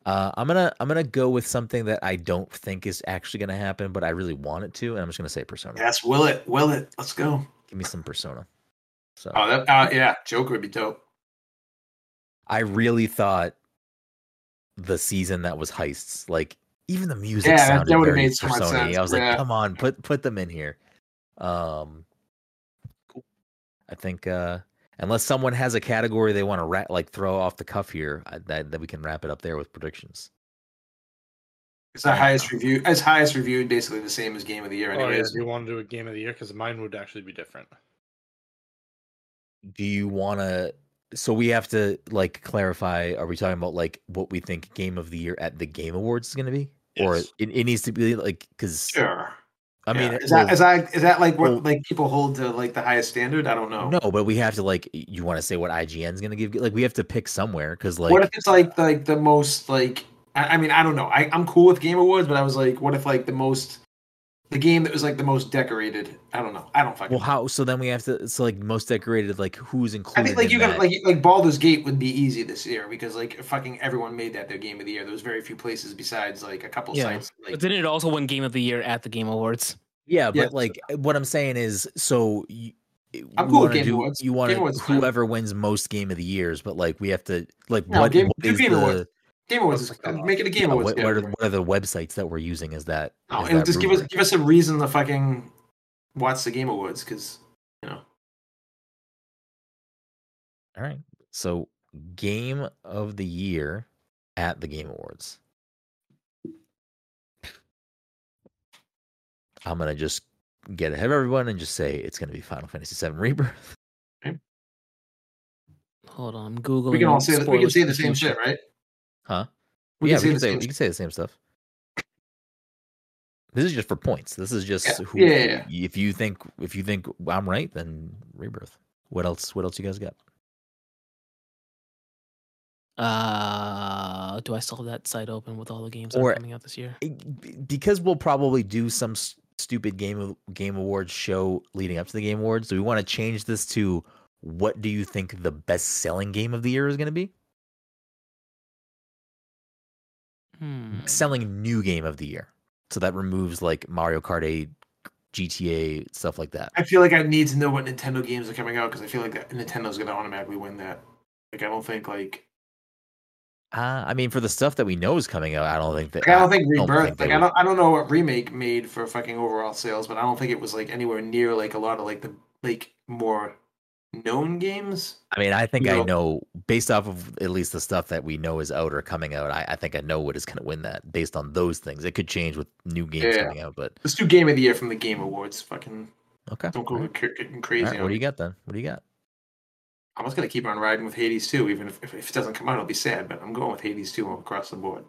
Uh, I'm gonna I'm gonna go with something that I don't think is actually gonna happen, but I really want it to, and I'm just gonna say Persona.
Yes, will it? Will it? Let's go.
Give me some Persona. So
Oh, that. Uh, yeah, Joker would be dope.
I really thought the season that was heists, like even the music
Yeah, that-
sounded
that would've
very
made so much
Persona-y.
sense,
I was
yeah.
like, come on, put put them in here. Um, cool. I think uh, unless someone has a category they want to ra- like throw off the cuff here, I, that that we can wrap it up there with predictions.
It's the highest review. It's highest reviewed, basically the same as Game of the Year.
Oh, yeah,
Anyways,
do you want to do a game of the year? Because mine would actually be different.
do you want to so we have to like clarify are we talking about like what we think game of the year at the game awards is going to be or
Yes.
it, it needs to be like because
sure.
i mean
Yeah. is
well,
that is that is that like what
well-
like people hold to like the highest standard? I don't know.
no but we have to like you want to say what ign's going to give like we have to pick somewhere because like
what if it's like like the most like I, I mean I don't know. I I'm cool with Game Awards, but I was like, what if like the most the game that was like the most decorated? I don't know. I don't fucking.
well how so then we have to so like most decorated like who's included
I think like
in
you got
that?
like like Baldur's Gate would be easy this year because like fucking everyone made that their game of the year. There was very few places besides like a couple
Yeah.
sites. Like,
But didn't it also win Game of the Year at the Game Awards?
yeah
yeah,
but
so-
like eh, what i'm saying is so you,
I'm
you
cool with
wanna
Game
do-
Awards.
you want
Game Awards
to
is fine.
whoever wins most game of the years but like we have to like
No,
what,
Game-
what
do
is
Game
the,
Awards. game Awards is
Come on.
make it a
Oh,
Game
Yeah,
Awards.
what, what, are,
category.
what are the websites that we're using as that?
No,
as
and
that
just give us
rubric?
give us a reason to fucking watch the Game Awards because you know
All right. So, game of the year at the Game Awards. I'm gonna just get ahead of everyone and just say it's gonna be Final Fantasy VII Rebirth.
Hold on, I'm googling.
we can all say that, we can
spoilers
say
for
the same
future.
shit, right?
Huh?
We
yeah,
can say
we
the
can say,
same.
we can say the same stuff. This is just for points. This is just who.
Yeah, yeah,
If you think if you think I'm right, then Rebirth. What else? What else you guys got?
Uh, do I still have that site open with all the games that
Or-
are coming out this year?
it- eh, b- because we'll probably do some s- stupid game of game awards show leading up to the game awards do we want to change this to what do you think the best selling game of the year is going to be
Hmm.
selling new game of the year. So that removes like Mario Kart 8, GTA, stuff like that.
I feel like I need to know what Nintendo games are coming out because I feel like that Nintendo's gonna automatically win that. Like I don't think like
Uh, I mean, for the stuff that we know is coming out, I don't think that.
Like, I don't think Rebirth.
think they
like I
would-
don't. I don't know what remake made for fucking overall sales, but I don't think it was like anywhere near like a lot of like the like more known games.
I mean, I think I
No.
know based off of at least the stuff that we know is out or coming out. I, I think I know what is going to win that based on those things. It could change with new games
Yeah.
coming out, but
Let's do Game of the Year from the Game Awards. Fucking
okay.
don't go
All right.
cr- getting
All
crazy.
right,
on
what do
me.
you got then? What do you got?
I'm just gonna keep on riding with Hades too, even if, if it doesn't come out, I'll be sad. But I'm going with Hades too across the board.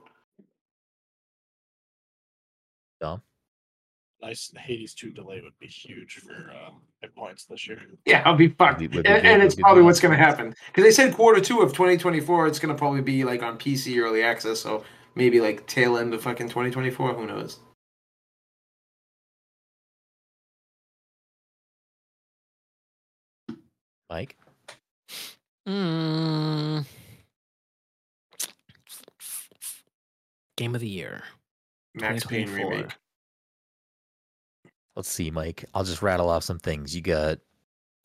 Nice Hades 2 delay would be huge for um, hit points this year.
Yeah, I'll be fucked.
Would
And,
be- would be good,
and
would
it's
be
probably
good.
what's going to happen. Because they said quarter two of 2024, it's going to probably be like on PC early access. So maybe like tail end of fucking 2024. Who knows?
Mike?
Mm. Game of the year.
Max Payne
2024.
remake.
Let's see, Mike. I'll just rattle off some things. You got,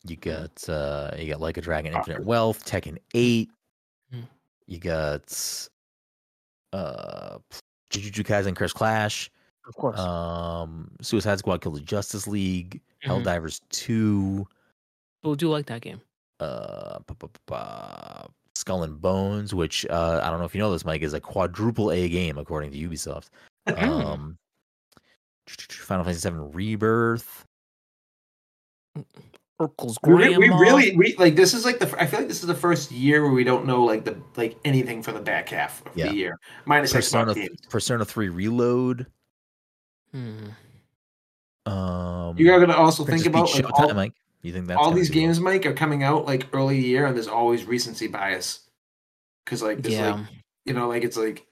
you got, uh, you got Like a Dragon, Infinite Wealth, Tekken Eight.
Hmm.
You got, uh, Jujutsu Kaisen, Curse Clash.
Of course.
Um, Suicide Squad killed the Justice League.
Mhm.
Helldivers Two.
People do like that game.
Uh, pa- pa- pa- pa, Skull and Bones, which uh, I don't know if you know this, Mike, is a quadruple A game according to Ubisoft. Um, Final Fantasy VII Rebirth.
Urkel's
We, re-
grandma.
we really we, like this is like the fir- I feel like this is the first year where we don't know like the like anything for the back half of
Yeah.
the year minus
Persona
Xbox games.
Persona 3 Reload.
Hmm.
Um,
You are going to also think
Princess
about
Peach
like,
Showtime,
all,
Mike. You think that's
all
gonna
these
do well?
games, Mike, are coming out like early year, and there's always recency bias because like there's
Yeah.
like you know like it's like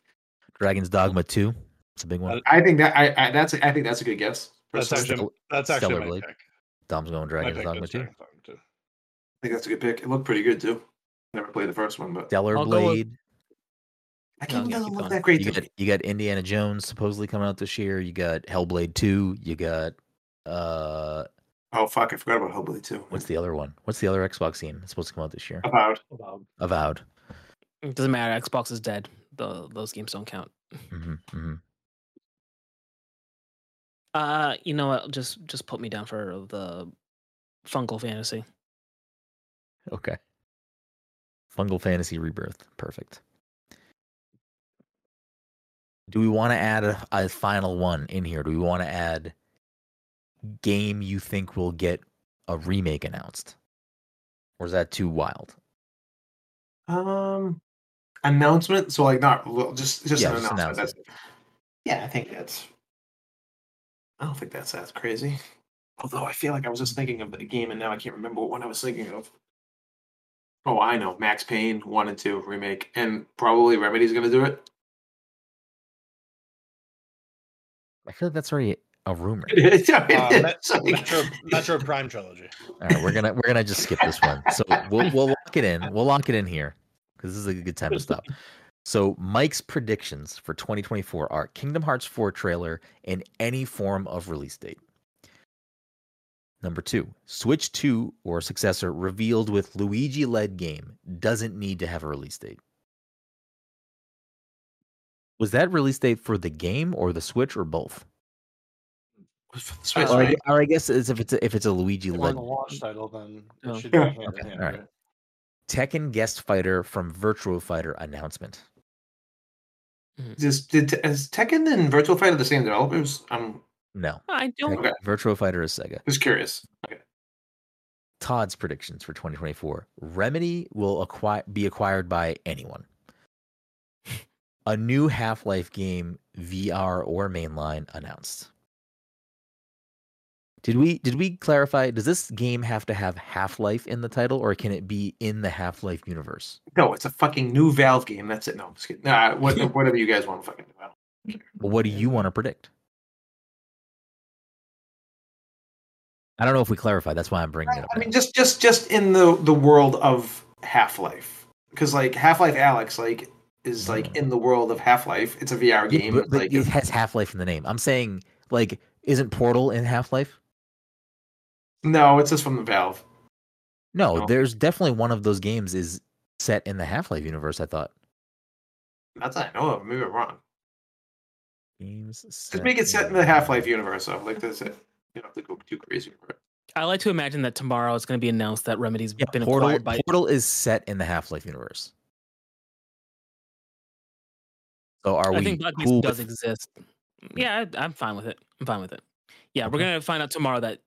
Dragon's Dogma 2. It's a big one.
Uh,
I think that I, I that's I think that's a good guess.
That's
personally.
actually, that's actually
Stellar
my
Blade.
pick.
Dom's going
My
Dragon's
pick
Dogma
is
2.
Dragon's Dogma 2.
I think that's a good pick. It looked pretty good too. Never played the first one, but
Stellar
I'll go with-
Blade.
that game
No, yeah,
doesn't
keep
look
going.
that great
You
to
got
me.
you got Indiana Jones supposedly coming out this year. You got Hellblade 2. You got uh
Oh fuck, I forgot about Hellblade too.
what's the other one? What's the other Xbox game that's supposed to come out this year?
about?
Um,
Avowed.
It doesn't matter. Xbox is dead. The, those games don't count.
hmm hmm
Uh, you know what? Just just put me down for the Fungal Fantasy.
Okay. Fungal Fantasy Rebirth. Perfect. Do we want to add a, a final one in here? Do we want to add game you think will get a remake announced? Or is that too wild?
Um, announcement. So like not well, just just
Yeah,
an
just
announcement.
announce
That's it. Yeah, I think that's. I don't think that's that crazy. Although I feel like I was just thinking of the game, and now I can't remember what one I was thinking of. Oh, I know. Max Payne one and two remake, and probably Remedy's gonna do it.
I feel like that's already a rumor.
It is, yeah, it
uh,
is.
Met-
Like-
Metro, Metro Prime trilogy.
All right, we're gonna we're gonna just skip this one. So we'll we'll lock it in. We'll lock it in here because this is a good time to stop. So Mike's predictions for 2024 are Kingdom Hearts 4 trailer and any form of release date. Number two, Switch 2 or successor revealed with Luigi led game doesn't need to have a release date. Was that release date for the game or the Switch or both?
Switch,
Uh,
Or I,
right?
gu- or I guess it's if it's a, if it's a Luigi
If we're
led
on the launch title, then it
Oh.
should be hand
Okay,
in hand.
all right.
right?
Tekken guest fighter from Virtual Fighter announcement.
Just did is Tekken and Virtual Fighter the same developers? I'm
No,
I
Tek-
don't.
Okay.
Virtual Fighter is Sega.
just curious. Okay.
Todd's predictions for 2024: Remedy will acquire be acquired by anyone. A new Half-Life game, VR or mainline, announced. Did we did we clarify? Does this game have to have Half-Life in the title, or can it be in the Half-Life universe?
No, it's a fucking new Valve game. That's it. No, I'm just kidding. Nah, what, whatever you guys want to fucking do. I don't-
What do you want to predict? I don't know if we clarified. That's why I'm bringing it up.
I mean,
now.
just just just in the the world of Half Life, because like Half Life Alex, like is like in the world of Half Life. It's a VR
Yeah,
game.
but- but
like
it has Half Life in the name. I'm saying, like, isn't Portal in Half Life?
no, it's just from the Valve.
No,
No.
there's definitely one of those games is set in the Half Life universe. I thought
That's I know of. Maybe I'm wrong.
games
Just make it set in the Half Life universe, though. Like that's it. You don't have to go too crazy. for it.
I like to imagine that tomorrow it's going to be announced that Remedy's
Yeah,
been
Portal.
acquired by.
Portal is set in the Half Life universe. So are
I
we
think Black Mesa
cool
does
with-
exist. Yeah, I, I'm fine with it. I'm fine with it. Yeah, we're
Okay.
gonna find out tomorrow that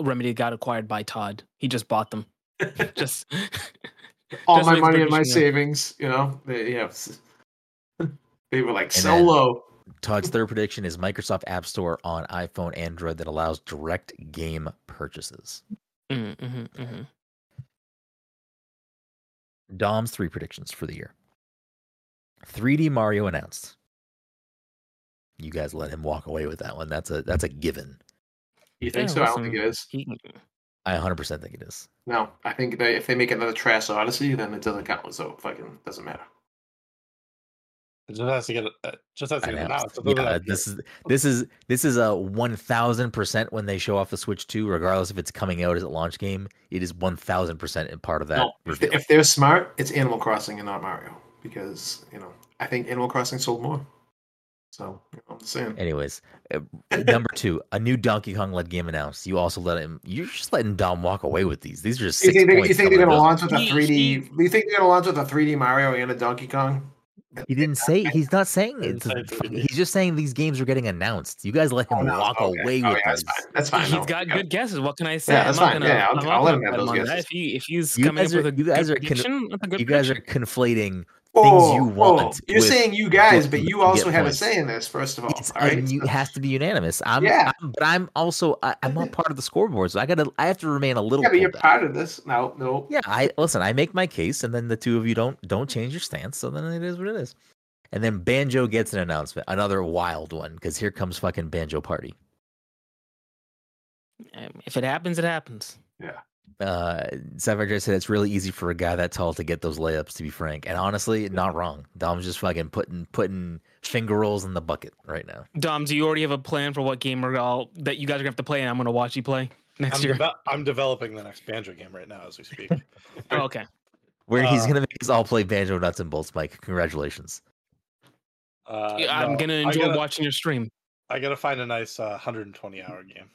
Remedy got acquired by Todd. He just bought them. just
All
Just
my
makes
money and my
British, yeah.
savings. You know, they, yeah. s- they were like
And
so
then-
low.
Todd's third prediction is Microsoft App Store on iPhone, Android that allows direct game purchases.
Mm, mhm, mhm.
Dom's three predictions for the year. 3D Mario announced. You guys let him walk away with that one. That's a that's a given.
You think
Yeah,
so? I don't think it
listen.
is.
He-
I 100% think it is.
No, I think they, if they make another Trash Odyssey, then it doesn't count. So fucking doesn't matter.
It just has to get uh, just has to get
Announced.
announced. It doesn't
Yeah,
have to
this
get-
is this is this is a 1000% when they show off the Switch 2 regardless if it's coming out as a launch game, it is 1000% in part of that
no, if,
reveal.
if they're smart, it's Animal Crossing and not Mario because you know I think Animal Crossing sold more. So you know, I'm just saying.
Anyways, uh, number 2, a new Donkey Kong led game announced. You also let him you're just letting Dom walk away with these. These are just
You
six
think, they, you
points
think they're
coming
gonna
up.
launch with a
He-
3D? You think they're gonna launch with a 3D Mario and a Donkey Kong?
He didn't say. He's not saying
Didn't
it.
say it's gonna be-
He's just saying these games are getting announced. You guys let him
Oh, no.
walk
Okay.
away
Oh,
with
yeah,
this.
that's fine. That's fine.
He's
no.
got
Yeah.
good guesses. What can I say?
Yeah, that's
I'm not
fine.
Gonna,
Yeah, I'll-
I'm not
I'll let
gonna
him have
bet
those
on that.
guesses.
If, he, if he's
You
coming
guys
up with
are-
a
you guys are
good
con-
prediction, that's a good
You guys are
prediction.
conflating.
Whoa,
you
whoa.
want
Oh, You're
with
saying you guys,
what
but
you
you
can
also
get
had a
points.
say in this. First of all,
It's,
all right.
and you, it
So-
has to be unanimous. I'm,
Oh, Yeah.
I'm- but I'm also I, I'm not part of the scoreboard, so I gotta I have to remain a little.
yeah, but you're
pulled back.
part of this. No, no.
Yeah, I listen. I make my case, and then the two of you don't don't change your stance. So then it is what it is. And then Banjo gets an announcement, another wild one, because here comes fucking Banjo Party.
Um, If it happens, it happens.
uh Sapphire J said it's really easy for a guy that tall to get those layups to be frank and honestly not wrong dom's just fucking putting putting finger rolls in the bucket right now
Dom, do you already have a plan for what game we're all that you guys are gonna have to play, and I'm gonna watch you play next
I'm,
year?
deve- I'm developing the next banjo game right now as we speak.
Oh, okay.
where he's
Uh,
gonna make us all play banjo nuts and bolts mike congratulations
Uh,
Yeah, I'm
no,
gonna
I
enjoy
gotta-
watching your stream.
I gotta find a nice uh, 120 hour game.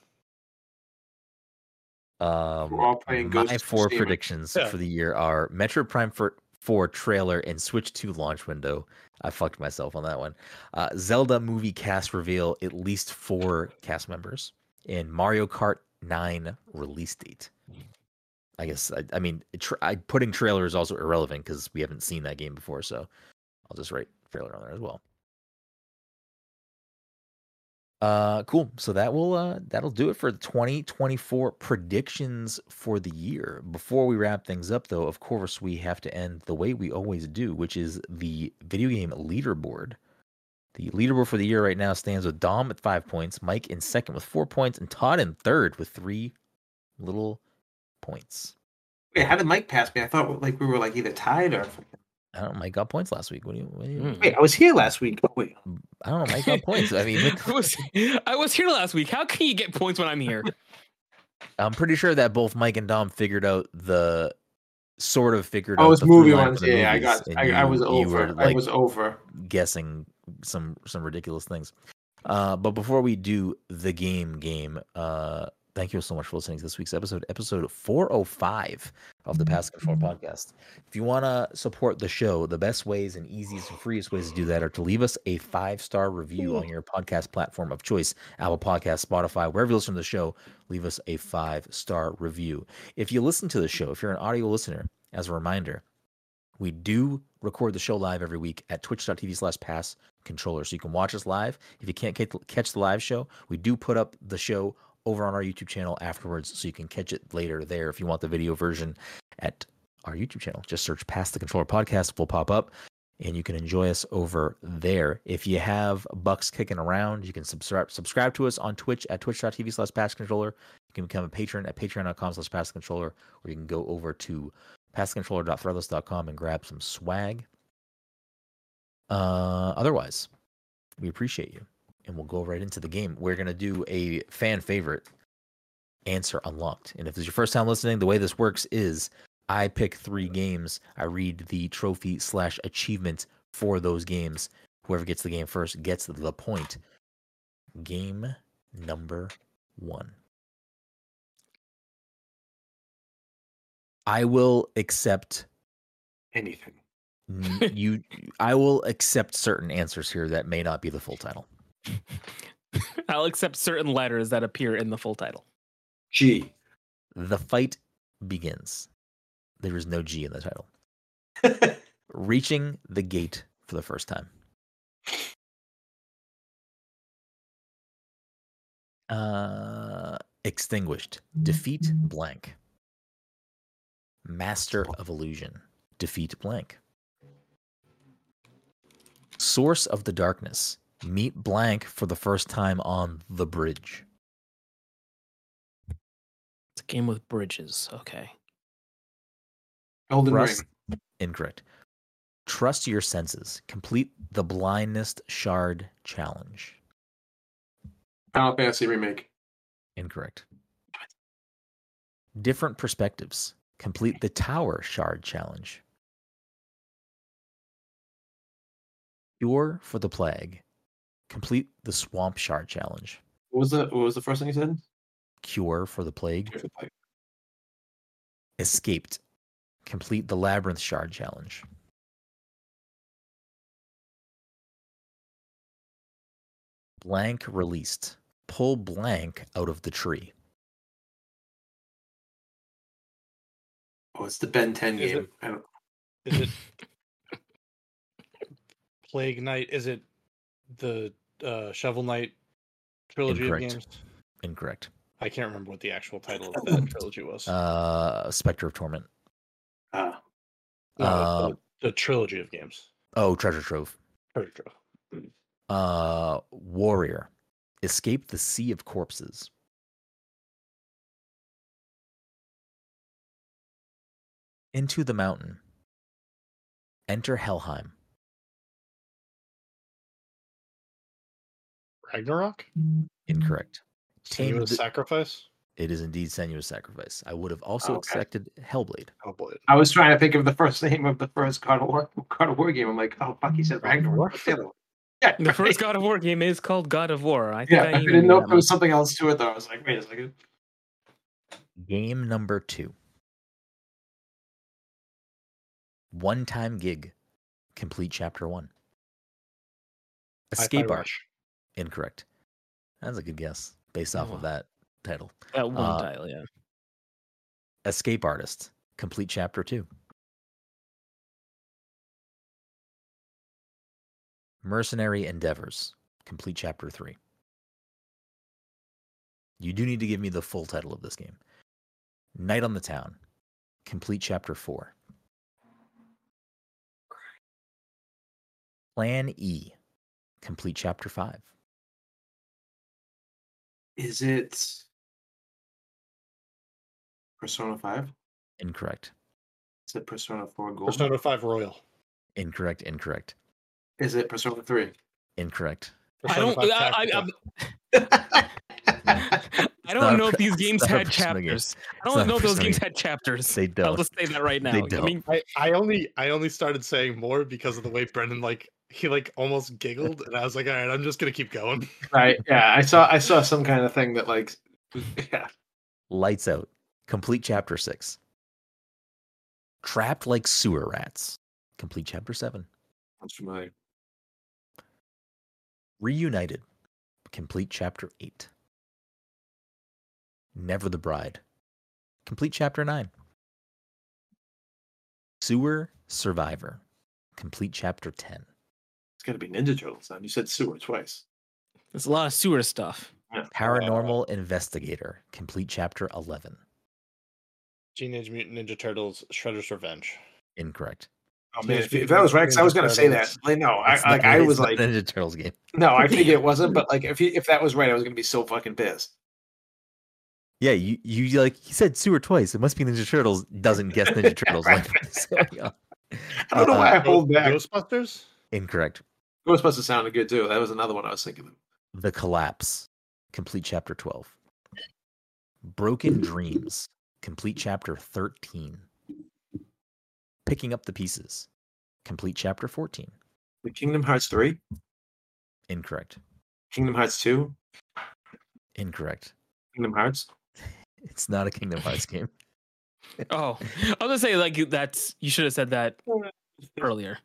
um
We're all playing Ghost
my
of
four
Tsushima.
predictions
Yeah.
for the year are metro prime for 4 trailer and switch 2 launch window i fucked myself on that one uh zelda movie cast reveal at least four cast members and mario kart 9 release date I guess I, I mean tra- I, putting trailer is also irrelevant because we haven't seen that game before, so I'll just write trailer on there as well. Uh, cool. So that will uh that'll do it for the 2024 predictions for the year. Before we wrap things up, though, of course we have to end the way we always do, which is the video game leaderboard. The leaderboard for the year right now stands with Dom at five points, Mike in second with four points, and Todd in third with three little points.
Wait, how did Mike pass me? I thought like we were like either tied or.
I don't know. Mike got points last week. What do you? What do you
Mm.
Wait, I was here last week. Oh, wait.
I don't know. Mike got Hmm. points. I mean, what
I
the-
was I was here last week. How can you get points when I'm here?
I'm pretty sure that both Mike and Dom figured out the sort of figured out.
Oh, it's
the through
movie
line
ones.
for the
Yeah, I
movies,
got.
and
I, I
you-
was
You were
over. I
like
was over.
guessing some some ridiculous things. Uh, but before we do the game game, uh, thank you so much for listening to this week's episode, episode 405 of the Pass Control Podcast. If you want to support the show, the best ways and easiest and freest ways to do that are to leave us a five star review on your podcast platform of choice Apple Podcasts, Spotify, wherever you listen to the show, leave us a five star review. If you listen to the show, if you're an audio listener, as a reminder, we do record the show live every week at twitch.tv slash pass controller. So you can watch us live. If you can't ca- catch the live show, we do put up the show over on our YouTube channel afterwards. So you can catch it later there if you want the video version at our YouTube channel. Just search Pass the Controller Podcast, will pop up and you can enjoy us over there. If you have bucks kicking around, you can subscribe subscribe to us on Twitch at twitch.tv slash pass controller. You can become a patron at patreon.com slash pass controller, or you can go over to passcontroller.threadless.com and grab some swag. Uh, otherwise, we appreciate you, and we'll go right into the game. We're gonna do a fan favorite answer unlocked. And if this is your first time listening, the way this works is I pick three games. I read the trophy slash achievement for those games. Whoever gets the game first gets the point. Game number one. I will accept
Anything.
n- Mm, you. I will accept certain answers here that may not be the full title.
I'll accept certain letters that appear in the full title.
G.
The fight begins. There is no G in the title. Reaching the gate for the first time. Uh, extinguished. Defeat blank. Master of illusion. Defeat blank. Source of the darkness. Meet blank for the first time on the bridge.
It's a game with bridges. Okay.
Elden
Trust,
Ring.
incorrect. Trust your senses. Complete the blindness shard challenge.
Final Fantasy remake.
Incorrect. Different perspectives. Complete the tower shard challenge. Cure for the plague. Complete the swamp shard challenge.
What was the What was the first thing you said?
Cure for the plague. Escaped. Complete the labyrinth shard challenge. Blank released. Pull blank out of the tree.
Oh, it's the Ben 10
Is
game.
it-
I don't,
Is it Plague Knight? Is it the uh, Shovel Knight trilogy
Incorrect.
of games?
Incorrect.
I can't remember what the actual title of that trilogy was.
Uh, Spectre of Torment.
uh,
No,
uh,
the, the trilogy of games.
Oh, Treasure Trove.
Treasure Trove.
Uh, Warrior. Escape the Sea of Corpses. Into the Mountain. Enter Helheim.
Ragnarok?
Incorrect. Tame
Senua's
the-
Sacrifice?
It is indeed Senua's sacrifice. I would have also
Okay.
accepted Hellblade.
Oh,
Hellblade.
I was trying to think of the first name of the first God of War, God of War game. I'm like, oh fuck, he said Ragnarok. What's the other one? Yeah,
The first
right.
God of War game is called God of War. I think
Yeah,
I
I
even
didn't
knew
know if
that
there was
much.
something else to it though. I was like, wait a second.
Game number two. One time gig. Complete chapter one.
Hi-Fi
Escape Arch.
Rush.
Incorrect. That's a good guess based off
Oh.
of that title.
that one
uh,
title. Yeah.
Escape Artist. Complete chapter two. Mercenary Endeavors. Complete chapter three. You do need to give me the full title of this game. Night on the Town. Complete chapter four. Plan E. Complete chapter five.
Is it Persona Five?
Incorrect.
Is it Persona Four Gold?
Persona 5 Royal.
Incorrect. Incorrect.
Is it Persona Three?
Incorrect.
I don't.
Persona 5
I, I,
Tactical.
I'm-
not
I don't
a
know if
pre-
these
it's
games
not a
had
personal game.
chapters. I
not a
don't know if those
personal
games
game.
had chapters.
They
I'll
don't.
just say that right now.
They
I mean,
I, I only I only started saying more because of the way Brendan like he like almost giggled and I was like, all right, I'm just gonna keep going.
Right. Yeah, I saw. I saw some kind of thing that like. Yeah.
Lights out. Complete chapter six. Trapped like sewer rats. Complete chapter seven.
That's familiar.
Reunited. Complete chapter eight. Never the bride. Complete chapter nine. Sewer survivor. Complete chapter ten.
It's got to be Ninja Turtles. Then you said sewer twice.
there's a lot of sewer stuff.
Paranormal investigator. Complete chapter eleven.
Teenage Mutant Ninja Turtles Shredder's Revenge.
Incorrect.
Oh
Teenage
man, if, if
Mutant
that was right, 'cause I was
Ninja
gonna say that.
Turtles.
Like, no, I,
It's
like
not-
I
it's
was
not
like,
the Ninja Turtles game.
no, I think it wasn't. But like, if he, if that was right, I was gonna be so fucking pissed.
Yeah, you, you like he said sewer twice. It must be Ninja Turtles. Doesn't guess Ninja Turtles. Like, what's going on?
I don't know why I
Go-
hold back.
Ghostbusters?
Uh, Incorrect.
Ghostbusters sounded good too. That was another one I was thinking of.
The Collapse, complete chapter 12. Broken Dreams, complete chapter 13. Picking Up the Pieces, complete chapter 14.
The Kingdom Hearts three,
Incorrect.
Kingdom Hearts two,
Incorrect.
Kingdom Hearts.
It's not a Kingdom Hearts game.
Oh, I was gonna say like that's you should have said that earlier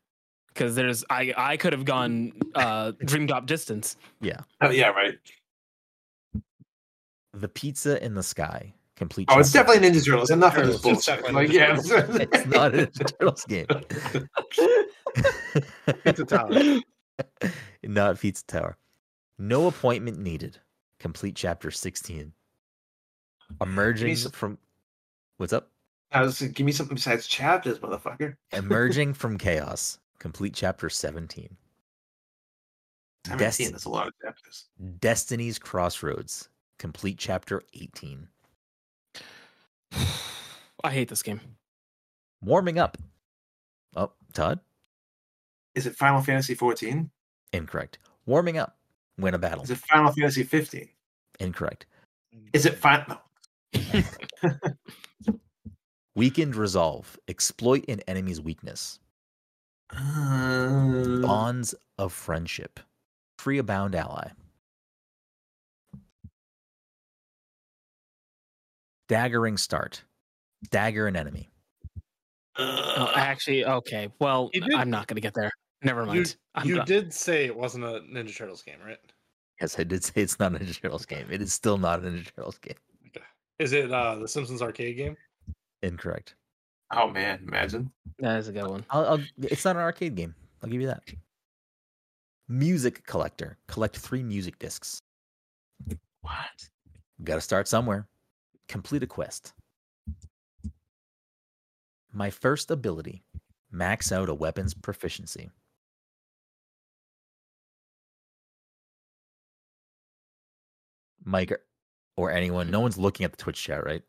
because there's I I could have gone uh dream drop distance.
Oh yeah, right.
The Pizza in the Sky, complete
Oh, it's
chapter-
definitely Ninja Turtles. Enough of this
It's
bullshit.
definitely
Like
Ninja
yeah,
It's not a Turtles game.
Pizza Tower.
not Pizza Tower. No appointment needed. Complete chapter 16. Emerging
some-
from what's up?
I was like, give me something besides chapters, motherfucker.
Emerging from chaos. Complete chapter 17.
I haven't
Desti-
seen this a lot of chapters.
Destiny's Crossroads. Complete chapter 18.
I hate this game.
Warming up. Oh, Todd?
Is it Final Fantasy fourteen?
Incorrect. Warming up. Win a battle.
Is it Final Fantasy fifteen?
Incorrect.
Is it Final? No.
Weakened resolve. Exploit an enemy's weakness. Mm.
Uh,
Bonds of friendship. Free a bound ally. Daggering start. Dagger an enemy.
Oh,
uh,
actually, okay. Well,
You did-
I'm not gonna get there. Never
You,
mind. I'm
you
done.
did say it wasn't a Ninja Turtles game, right?
Yes, I did say it's not a Ninja Turtles game. It is still not a Ninja Turtles game.
Is it uh the Simpsons arcade game?
Incorrect.
oh man, imagine.
That is a good one.
I'll, I'll, it's not an arcade game. I'll give you that. Music collector. Collect three music discs.
What?
Got to start somewhere. Complete a quest. My first ability. Max out a weapon's proficiency. Mike or- or anyone, no one's looking at the Twitch chat, right?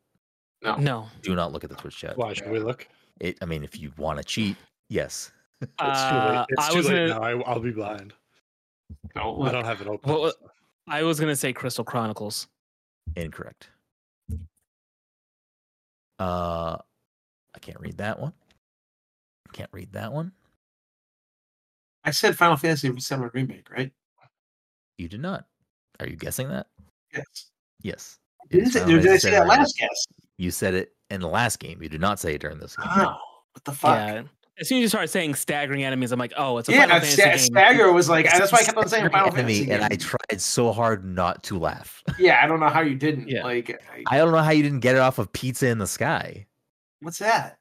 No,
Do not look at the Twitch chat.
Why should we look?
It, I mean, if you want to cheat, yes.
It's too
uh,
late. It's
I
too
was gonna
late now. I, I'll be blind.
Don't
I
look.
don't have it open.
Well, I was gonna say Crystal Chronicles.
Incorrect. Uh, I can't read that one. Can't read that one.
I said Final Fantasy VII remake, right?
You did not. Are you guessing that?
Yes.
Yes. um, It
Did,
is
it,
Final
did I
Fantasy
say
VII
that last
Remake.
guess?
You said it in the last game. You did not say it during this game.
Oh, what the fuck?
Yeah. As soon as you start saying staggering enemies, I'm like, oh, it's a
yeah,
Final
sta-
Fantasy game.
Stagger was like,
It's
that's why I kept on saying
every
Final
enemy,
Fantasy.
and I
game.
tried so hard not to laugh.
yeah, I don't know how you didn't.
Yeah.
Like, I-
I don't know how you didn't get it off of Pizza in the Sky.
what's that?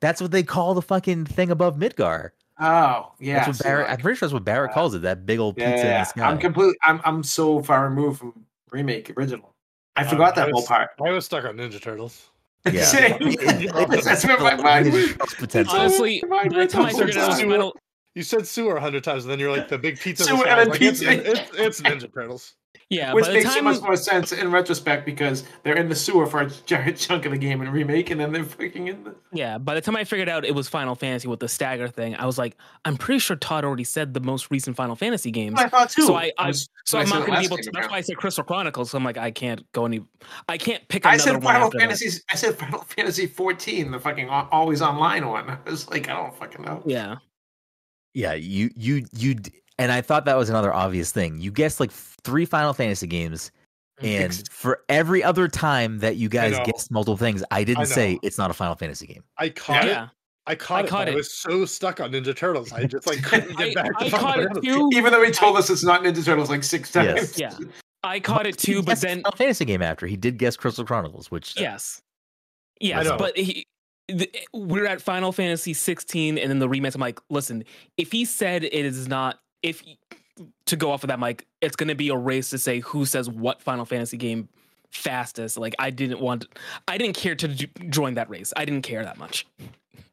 That's what they call the fucking thing above Midgar.
Oh, yeah.
that's what
so,
Barrett.
like,
I'm pretty sure that's what Barrett
uh,
calls it. That big old
yeah,
pizza
yeah,
in
yeah.
the sky.
I'm completely. I'm I'm so far removed from remake original. I
Um,
forgot
I
that whole
was-
part.
I was stuck on Ninja Turtles.
Yeah.
Same. That's where my mind went.
potential.
It's
Honestly,
all in my
by the time I
It's
figured out
all
it was
in
Final,
You said sewer a hundred times, and then you're like the big pizza. in the
Sewer and
sky." I'm
a
like, it's-
pizza.
It's, it's Ninja Turtles.
yeah,
Which
by the
makes so
time
much more sense in retrospect because they're in the sewer for a giant chunk of the game and remake, and then they're fucking in the.
yeah, by the time I figured out it was Final Fantasy with the stagger thing, I was like, I'm pretty sure Todd already said the most recent Final Fantasy games.
I thought too.
So I- I-
was-
So
I
I'm
said
not gonna
it
be
last
able to.
game
That's
around.
why I said Crystal Chronicles. So I'm like, I can't go any. I can't pick
I
another
said
one.
Final
after that.
Fantasy. I said Final Fantasy 14, the fucking on, always online one. I was like, I don't fucking know.
Yeah,
Yeah, you you you d- and I thought that was another obvious thing. You guessed like f- three Final Fantasy games,
Mm-hmm.
and
Ex-
for every other time that you guys
know.
guessed multiple things, I didn't say
know.
it's not a Final Fantasy game.
I caught it.
yeah.
I caught it.
caught
but I
it.
was so stuck on Ninja Turtles, I just like couldn't get
I,
back. to
I
Final
caught it
Fantasy.
too.
Even though he told us it's not Ninja Turtles like six
Yes.
times.
Yeah, I caught it
He
too. But
guessed
then
Final Fantasy game after he did guess Crystal Chronicles, which uh,
Yes. Yes,
know.
but he, the, eh, we're at Final Fantasy 16 and then the rematch. I'm like, listen, if he said it is not, if to go off of that, Mike, it's going to be a race to say who says what Final Fantasy game fastest. Like, I didn't want, I didn't care to j- join that race. I didn't care that much.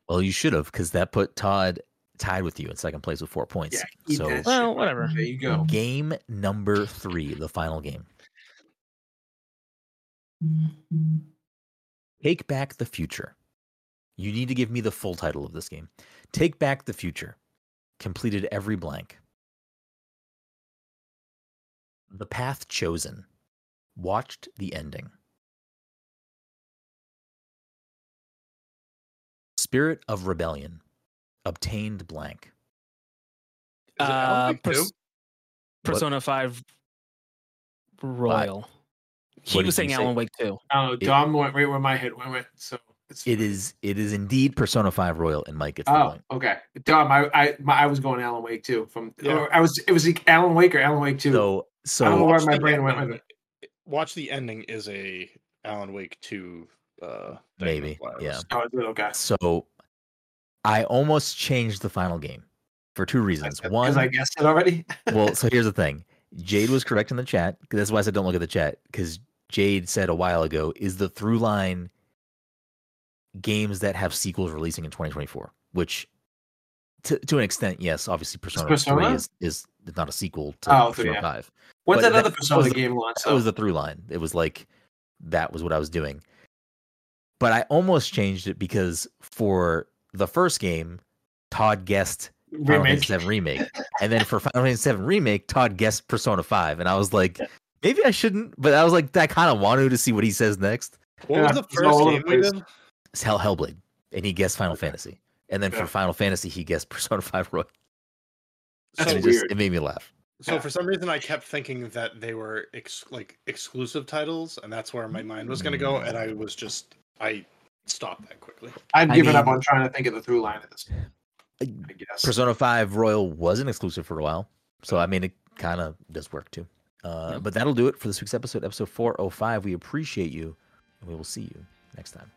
well, you should have because that put Todd tied with you in second place with four points.
Yeah, eat
so
that
Well, whatever.
There you go.
game number three, the final game. Take Back the Future. You need to give me the full title of this game. Take Back the Future. completed every blank. The path chosen. Watched the ending. Spirit of rebellion. Obtained blank.
Is it Alan
Uh,
Wake
pers-
too?
Persona Five Royal. He
What did
was
you
saying
say?
Alan Wake too.
Oh, Dom went right where my head went. went, so it's
It is it is indeed Persona 5 Royal and Mike gets the
Oh,
point.
okay. Dom, I I, my, I was going Alan Wake too. From
Yeah.
or I was it was like Alan Wake or Alan Wake two.
So
I don't know
so
where
Watch
my
the
brain went with
Watch the ending is a Alan Wake two. Uh,
Maybe,
Technoblaze.
yeah.
oh, it's- okay.
so I almost changed the final game for two reasons. One
Because I guessed it already.
well, so here's the thing. Jade was correct in the chat. 'cause That's why I said don't look at the chat because Jade said a while ago is the through line games that have sequels releasing in 2024, which to, to an extent, yes, obviously Persona,
Persona?
3 is, is not a sequel to
Oh,
Persona
yeah.
5.
What's
But
that
that
other Persona
was the-
game launch?
That was the through line. It was like that was what I was doing. But I almost changed it because for the first game, Todd guessed Final
remake.
Fantasy VII remake, and then for Final Fantasy VII remake, Todd guessed Persona Five, and I was like, maybe I shouldn't, but I was like, I kind of wanted to see what he says next.
What
Yeah,
was the
it's all
first
over
game
the
we
place.
did?
It's Hell Hellblade, and he guessed Final Fantasy, and then
Yeah.
for Final Fantasy he guessed Persona Five Royal.
That's
and it
so,
weird.
just it made me laugh.
so
Yeah.
for some reason, I kept thinking that they were ex- like exclusive titles, and that's where my mind was going to go. And I was just I stopped that quickly.
I'd
I
given up
mean-
on trying to think of the through line at this. point,
Uh,
I guess.
Persona Five Royal was an exclusive for a while, so I mean it kind of does work too. Uh,
Yeah.
oh But that'll do it for this week's episode, episode 405. We appreciate you, and we will see you next time.